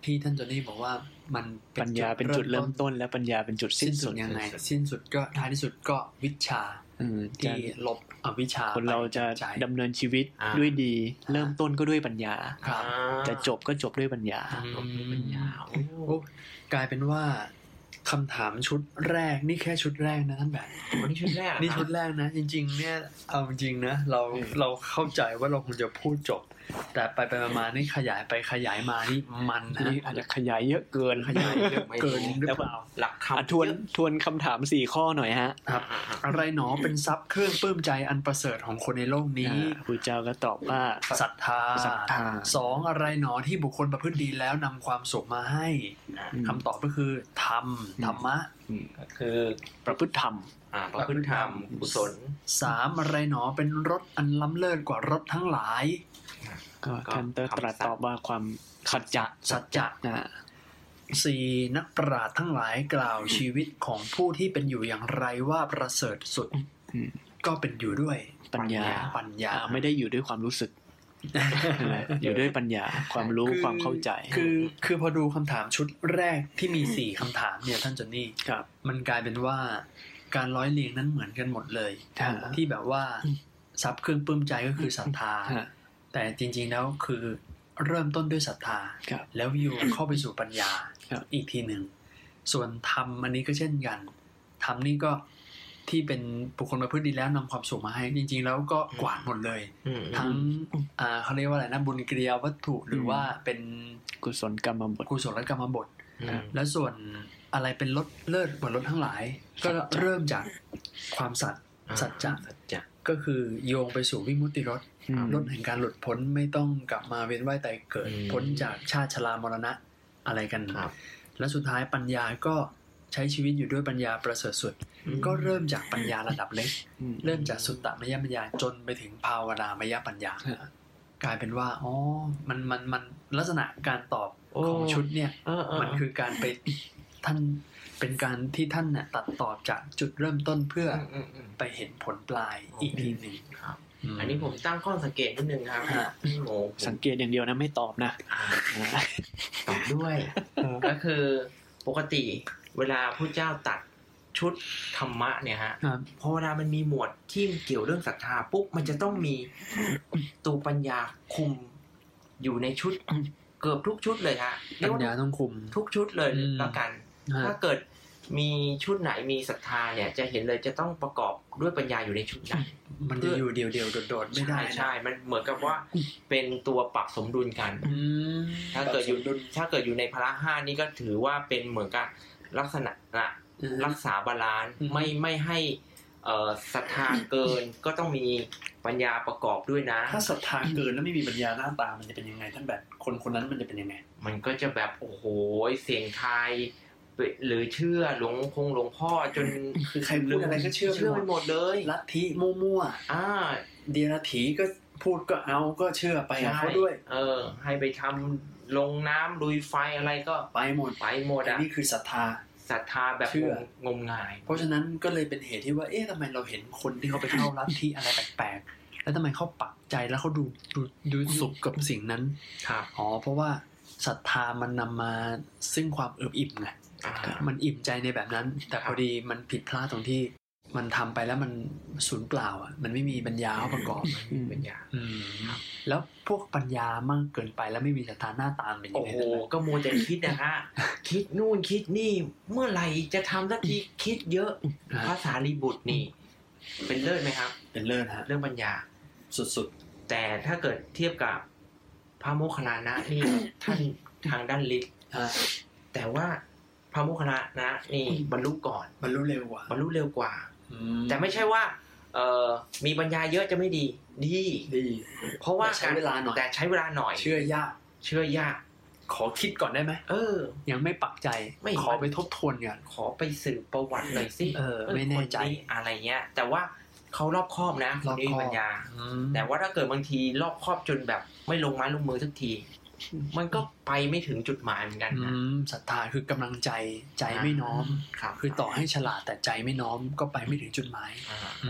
S4: ที่ท่านโจนี่บอกว่ามัน
S3: ปัญญาเป็นจุดเริ่มต้น และปัญญาเป็นจุดสิ้
S4: สิ้
S3: น
S4: น
S3: สุ
S4: สุ
S3: ด
S4: ดยังไง สิ้นสุดก็ท้ายที่สุดก็วิชา
S3: อืมจะ
S4: ที่ลบอวิชชา
S3: คนเราจะ
S4: ไปจกใจ
S3: ดำเนินชีวิต
S2: อ่า
S3: ด้วยดี เริ่มต้นก็ด้วยปัญญา
S4: ครับ
S2: อ่า
S3: จะจบก็จบด้วยปัญญา
S2: จบด้วยปัญญาโอ้
S4: โอ้กลายเป็นว่าคำถามชุดแรกนี่แค่ชุดแรกนะท่านแบบ
S2: โหนี่ชุดแรกเหรอ
S4: นี่ชุดแรกนะ จริง ๆ เนี่ยเอาจริงนะเราเราเข้าใจว่าเราคงจะพูดจบ แต่ไปไปมาๆนี่ขยายไปขยายมานี่มันนะ
S3: นี่อาจจะขยายเยอะเกิน
S4: ขยายเยอะเกินหรือเปล่า
S2: หลักธรรม
S3: อ่ะทวนทวนคำถามสี่ข้อหน่อยฮะ
S4: ครับ
S2: อ่าอ่า
S4: อะไรหนอเป็นทรัพย์เครื่องปลื้มใจอันประเสริฐของคนในโลกนี้
S3: อ่าครูเจ้าก็ตอบว่า
S4: ศรัทธา
S3: ศรัทธา
S4: สองอะไรหนอที่บุคคลประพฤติดีแล้วนำความสุขมาให้
S3: อืม
S4: คำตอบก็คือธรรม
S3: อืม
S4: ธรรมะ
S2: ก็คือ
S3: ประพฤติธรรม
S2: อ่าประพฤติธรรมกุศล
S4: สามอะไรหนอเป็นรถอันล้ำเลิศกว่ารถทั้งหลาย
S3: ก็
S2: ก็
S3: ท่านเตอร์
S2: คำสัตย์
S3: ตรัสตอบว่าความขัดจะ
S4: สัจจะ
S3: อ่า
S4: สี่นักปราชญ์ทั้งหลายกล่าวชีวิตของผู้ที่เป็นอยู่อย่างไรว่าประเสริฐสุด
S3: อืม
S4: ก็เป็นอยู่ด้วย
S3: ปัญญา
S4: ปัญญา
S3: อ่าไม่ได้อยู่ด้วยความรู้สึก
S4: *laughs*
S3: อยู่ด้วยปัญญาความรู้
S4: อ
S3: ความเข้าใจ
S4: คือคือพอดูคำถามชุดแรกที่มีสี่คำถามเนี่ยท่านจอนนี่
S3: ครับ
S4: มันกลายเป็นว่าการร้อยเรียงนั้นเหมือนกันหมดเลย
S3: ฮะ
S4: ที่แบบว่าทรัพย์เครื่องปลื้มใจก็คือศรัทธา
S3: ฮะ
S4: แต่จริงๆแล้วคือเริ่มต้นด้วยศรัทธา
S3: ครับ
S4: แล้วโยงเข้าไปสู่ปัญญา
S3: ครับ
S4: อีกทีหนึ่ง ส่วนธรรมอันนี้ก็เช่นกันธรรมนี่ก็ที่เป็นบุคคลประพฤติดีแล้วนำความสุขมาให้ จริง ๆ แล้วก็กวาดหมดเลย
S2: อืม
S4: ทั้งอ่าเขาเรียกว่าอะไรนะบุญกิริยาวัตถุหรือว่าเป็น
S3: กุศลกรรมบท
S4: กุศลกรรมบท
S2: อืม
S4: แล้วส่วนอะไรเป็นลดเลิศกว่ารถทั้งหลาย ก็เริ่มจากความสัตย์ สัจจะ
S2: สัจจะ
S4: ก็คือโยงไปสู่วิมุตติรส
S3: อืม
S4: ลดแห่งการหลุดพ้นไม่ต้องกลับมาเวียนว่ายตายเกิด
S2: อืม
S4: พ้นจากชาติชรามรณะอะไรกัน
S2: ครับ
S4: และสุดท้ายปัญญาก็ใช้ชีวิตอยู่ด้วยปัญญาประเสริฐสุด ก็เริ่มจากปัญญาระดับเล็ก
S3: อืม
S4: เริ่มจากสุตตมยปัญญาจนไปถึงภาวนามยปัญญา
S3: ฮะ
S4: กลายเป็นว่าอ๋อมันมันมันลักษณะการตอบ
S2: โอ้
S4: ของชุดเนี่ย
S2: เออเออ
S4: มันคือการไปท่าน
S5: เป็นการที่ท่านน่ะตัดต่อจากจุดเริ่มต้นเพื่อ
S2: อืมอืมอืม
S5: ไปเห็นผลปลายอีกทีหนึ่ง
S2: ครับ อันนี้ผมตั้งข้อสังเกตนิดนึงครับโอ้ผม
S3: สังเกตอย่างเดียวนะไม่ตอบนะ *laughs*
S2: อ่า
S3: อ่า
S2: ตอบด้วย ก็คือปกติเวลาพระเจ้าตัดชุดธรรมะเนี่ยฮะ
S5: ครับ
S2: พอเวลามันมีหมวดที่เกี่ยวเรื่องศรัทธาปุ๊บมันจะต้องมีตัวปัญญาคุมอยู่ในชุด เกือบทุกชุดเลยฮะเรี
S5: ปั
S2: ยก
S5: ญ
S2: ว่า
S5: ญาต้องคุม
S2: ทุกชุดเลย
S5: อืม
S2: แล้วกัน
S5: ฮะ
S2: ถ้าเกิดมีชุดไหนมีศรัทธาเนี่ย จะเห็นเลยจะต้องประกอบด้วยปัญญาอยู่ในชุดนั้น
S5: มันจะอยู่เดียวเดียวๆโดดๆไม่ได้
S2: ใช่
S5: นะ
S2: ใช่ มันเหมือนกับว่าเป็นตัวปรับสมดุลกัน
S5: อืม
S2: ถ้าเกิดอยู่ถ้าเกิดอยู่ในพละห้านี่ก็ถือว่าเป็นเหมือนกับลักษณะน่ะ
S5: อืม
S2: รักษาบาลานซ์
S5: อืม
S2: ไม่ไม่ให้เอ่อศรัทธาเกิ
S4: *coughs*
S2: น ก็ต้องมีปัญญาประกอบด้วยนะ
S4: ถ้าศรัทธาเกินแล้วไม่มีปัญญาหน้าตามันจะเป็นยังไง ท่านแบบคนคนนั้นมันจะเป็นยังไง
S2: มันก็จะแบบโอ้โหเสียงไทายหรือเชื่อหลวงคงหลวงพ่อจน
S4: คือใครพูดอะไรก็เชื่อไป
S2: เชื่อ
S4: หม
S2: ไป
S4: ด
S2: หมดเลย
S4: ลัทธิมั่ว
S2: อ่า
S4: ๆเดียรถีก็พูดก็เอาก็เชื่อ *coughs* ไปกับเขาด้วย
S2: เออ ให้ไปทำลงน้ำลุยไฟอะไรก็
S4: ไปหมด
S2: ไปหมด
S4: แต่
S2: อ่ะ
S4: นี่คือศรัทธา
S2: ศรัทธาแบบ
S4: เชื่อ
S2: งมงาย
S4: เพราะฉะนั้นก็เลยเป็นเหตุที่ว่า เอ๊ะทำไมเราเห็นคนที่เขาไปเข้าลัทธิอะไรแปลกๆ แล้วทำไมเขาปักใจแล้วเขาดูดูดูสุขกับสิ่งนั้น
S2: ครับ
S4: อ๋อ เพราะว่าศรัทธามันนำมาซึ่งความเอิบอิ่มไง
S2: อ่า
S4: มันอิ่มใจในแบบนั้น แต่พอดีมันผิดพลาดตรงที่มันทำไปแล้วมันสูญเปล่าอ่ะ มันไม่มีปัญญาเข้าประกอบ
S2: ไม่มีปัญญา
S4: อืมแล้วพวกปัญญามากเกินไปแล้วไม่มีสถานะหน้าตามเป็นยัง
S2: โอ้
S4: ไง
S2: โห
S4: ทั้งนั้น
S2: ก็มัวแต่คิดนะ
S4: *laughs*
S2: ฮะ คิดนู่นคิดนี่ เมื่อไหร่จะทำสักทีคิดเยอะ ภาษารีบุตรนี่ เป็นเลิศไหมครับ
S4: เป็นเลิศฮะ
S2: เรื่องปัญญา
S4: สุด
S2: แต่ถ้าเกิดเทียบกับพระโมคคัลลานะ
S4: *coughs*
S2: นี่ ท่านทางด้านฤทธิ์
S4: ๆฮะ
S2: แต่ว่าพระโมคคัลลานะนี่บรรลุก่อน
S4: บรรลุเร็วกว่า
S2: บรรลุเร็วกว่า
S4: อืม
S2: แต่ไม่ใช่ว่า เออมีปัญญาเยอะจะไม่ดี ดี
S4: ดี
S2: เพราะว่า
S4: แต่ใช้เวลาหน่อย
S2: แต่ใช้เวลาหน่อย
S4: เชื่อยาก
S2: เชื่อยาก
S4: ขอคิดก่อนได้ไหม
S2: เออ
S4: ยังไม่ปักใจ
S2: ไม่
S4: ขอไปทบทวนก่อน
S2: ขอไปสืบประวัติหน่อยสิ
S4: เออไม่แน่ใจ
S2: คอะไรเงี้ย แต่ว่าเขารอบคอบนะ
S4: รอบ
S2: น
S4: คอบ
S2: นี้ปัญญา แต่ว่าถ้าเกิดบางทีรอบคอบจนแบบไม่ลงไม้ลงมือสักที มันก็ไปไม่ถึงจุดหมายเหมือนกัน
S4: อื
S2: นะ
S4: มศรัทธาคือกำลังใจใจไม่น้อม
S2: ครับ
S4: คือต่อให้ฉลาดแต่ใจไม่น้อมก็ไปไม่ถึงจุดหมาย
S2: อ่า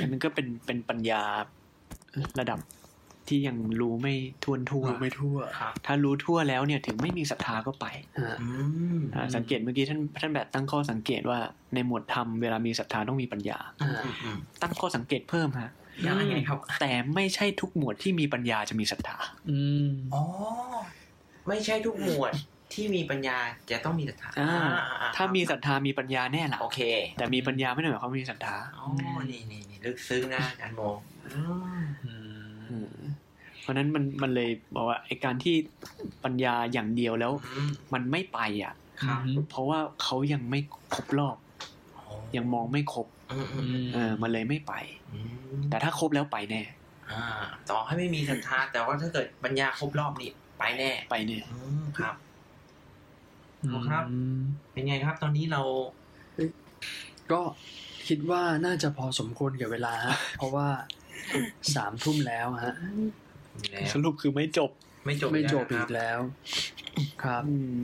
S3: อันนั้นก็เป็นเป็นปัญญาระดับที่ยังรู้ไม่ทวนทั่ว
S4: รู้ไม่ทั่ว
S2: ครับ
S3: ถ้ารู้ทั่วแล้วเนี่ยถึงไม่มีศรัทธาก็ไป
S4: ฮะ
S2: อืม
S3: อ่าสังเกตเมื่อกี้ท่านท่านแบบตั้งข้อสังเกตว่าในหมวดธรรมเวลามีศรัทธาต้องมีปัญญา
S4: อ่า
S2: อืมอืม
S3: ตั้งข้อสังเกตเพิ่มฮะ
S2: ยังไงครับ
S3: แต่ไม่ใช่ทุกหมวดที่มีปัญญาจะมีศรัทธา
S4: อืม
S2: อ๋อไม่ใช่ทุกหมวดที่มีปัญญาจะต้องมีศรัทธา
S3: อ่า
S2: อ่อ่อ่
S3: ถ้ามีศรัทธามีปัญญาแน่ล่ะ
S2: โอเค
S3: แต่มีปัญญาไม่ได้หมายความว่ามีศรัทธา
S2: อ๋อนี่นี่นี่ลึกซึ้งนะอาจารย์โมอืม
S4: อืม
S3: อืมเพราะฉะนั้นมันมันเลยบอกว่าไอการที่ปัญญาอย่างเดียวแล้ว
S2: อืม
S3: มันไม่ไปอ่ะ
S2: ครับ
S3: เพราะว่าเขายังไม่ครบรอบ
S2: อ๋อ
S3: ยังมองไม่ครบ
S2: อืมอื
S4: อื
S2: ม
S4: ม
S3: เออมันเลยไม่ไป
S2: อืม
S3: แต่ถ้าครบแล้วไปแน่
S2: อ่าต่อให้ไม่มีศรัทธาแต่ว่าถ้าเกิดปัญญาครบรอบนี่ไปแน่
S3: ไปแน่
S2: อืมครับ
S4: ม
S2: ครับ เป็นไงครับ ตอนนี้เรา
S4: ก็คิดว่าน่าจะพอสมควรกับเวลาฮะ เพราะว่าสามทุ่มแล้วฮะ
S3: สรุปคือไม่จบ
S2: ไม่จบ
S4: ไม่จบ
S2: อี
S4: อี
S2: ก
S4: ก
S2: แล้วนะ
S4: แล้ว ครับ
S3: อืม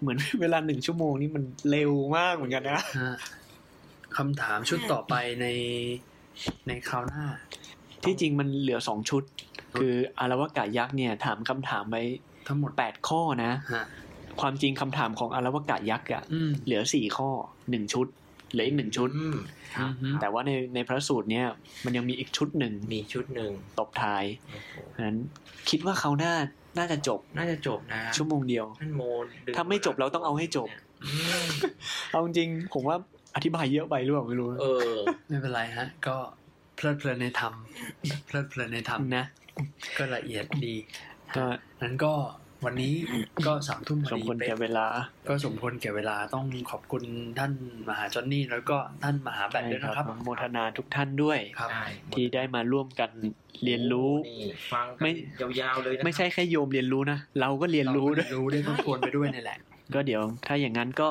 S3: เหมือน เวลาหนึ่งชั่วโมงนี่มันเร็วมากเหมือนกันนะ
S4: ฮะคำถามชุดต่อไปในในคราวหน้า
S3: ที่จริงมันเหลือสองชุด คืออารวากายักษ์เนี่ย ถามคำถามไป
S4: ทั้งหมด
S3: แปดข้อนะ
S4: ฮะ
S3: ความจริงคำถามของอารวากายักษ์อะ
S4: อืม
S3: เหลือสี่ข้อหนึ่งชุดเหลืออีกหนึ่งชุด
S2: อืมครับ
S4: อืม
S3: แต่ว่าในในพระสูตรเนี่ย มันยังมีอีกชุดหนึ่ง
S2: มีชุดหนึ่ง
S3: ตบท้าย
S2: โอ้โห
S3: เพราะฉะนั้นคิดว่าเขาน่าน่าจะจบ
S2: น่าจะจบนะ
S3: ชั่วโมงเดียว
S2: ท่านโมดึง
S3: ถ้าไม่จบเราต้องเอาให้จบ
S2: อืม
S3: เอาจริงๆผมว่าอธิบายเยอะไปหรือเปล่าไม่รู้นะ
S2: เออ
S4: ไม่เป็นไรฮะ ก็เพลิดเพลินในธรรมเพลิดเพลินในธรรม
S3: นะ
S4: ก็ละเอียดดี
S3: ก็
S4: นั้นก็วันนี้ก็สามทุ่มพ
S3: ส
S4: อ
S3: ม
S4: ดี
S3: ควร
S4: เป๊ะ
S3: แก่เวลา
S4: ก็สมควรแก่เวลาต้องขอบคุณท่านมหาจอนนี่ แล้วก็ท่านมหาแบทด้วยนะครับ
S3: โมทนาทุกท่านด้วย
S4: ครับ
S2: ได้หม
S3: ที่ได้มาร่วมกันเรียนรู้
S2: นี่ฟังกัน
S3: ไม่
S2: ยาวๆเลยนะ
S3: ไม่ใช่แค่โยมเรียนรู้นะ เราก็เรียนรู้ด้วย
S4: เาก็รู้ได้ทบทวนไปด้วยนี่แหละ
S3: ก็เดี๋ยว ถ้าอย่างนั้นก็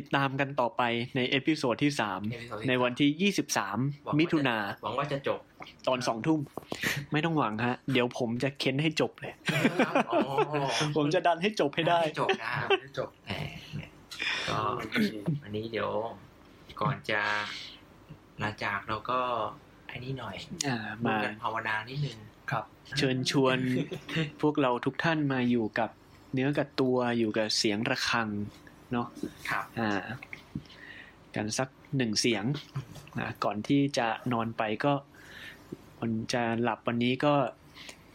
S3: ติดตามกันต่อไปในเอพิโซดที่
S2: เอพิโซดที่
S3: 3 ในวันที่
S2: หวัง
S3: 23
S2: ว่
S3: มิถุนา
S2: หวังว่าจะจบ
S3: ตอน2ทุ่ม ไม่ต้องหวังฮะ เดี๋ยวผมจะเค้นให้จบเลย
S2: อ๋อ
S3: ผมจะดันให้จบให้ได้
S2: จบนะจบแหม ก็วันนี้เดี๋ยวก่อนจะลาจากเราก็ไอันนี้หน่อย
S3: อ่า
S2: ร่ว
S3: มา
S2: มกันภาวนานิดนึง
S3: เชิญชวน *laughs* พวกเราทุกท่านมาอยู่กับเนื้อกับตัวอยู่กับเสียงระฆังเนาะ
S2: ครับ
S3: อ่า กันสักหนึ่งเสียงนะก่อนที่จะนอนไปก็คนจะหลับวันนี้ก็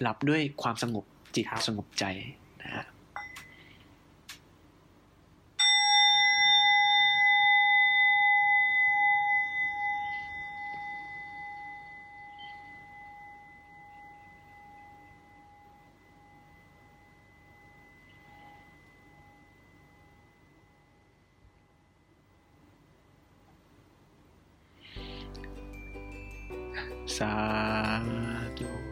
S3: หลับด้วยความสงบจิตสงบใจนะฮะสาธุ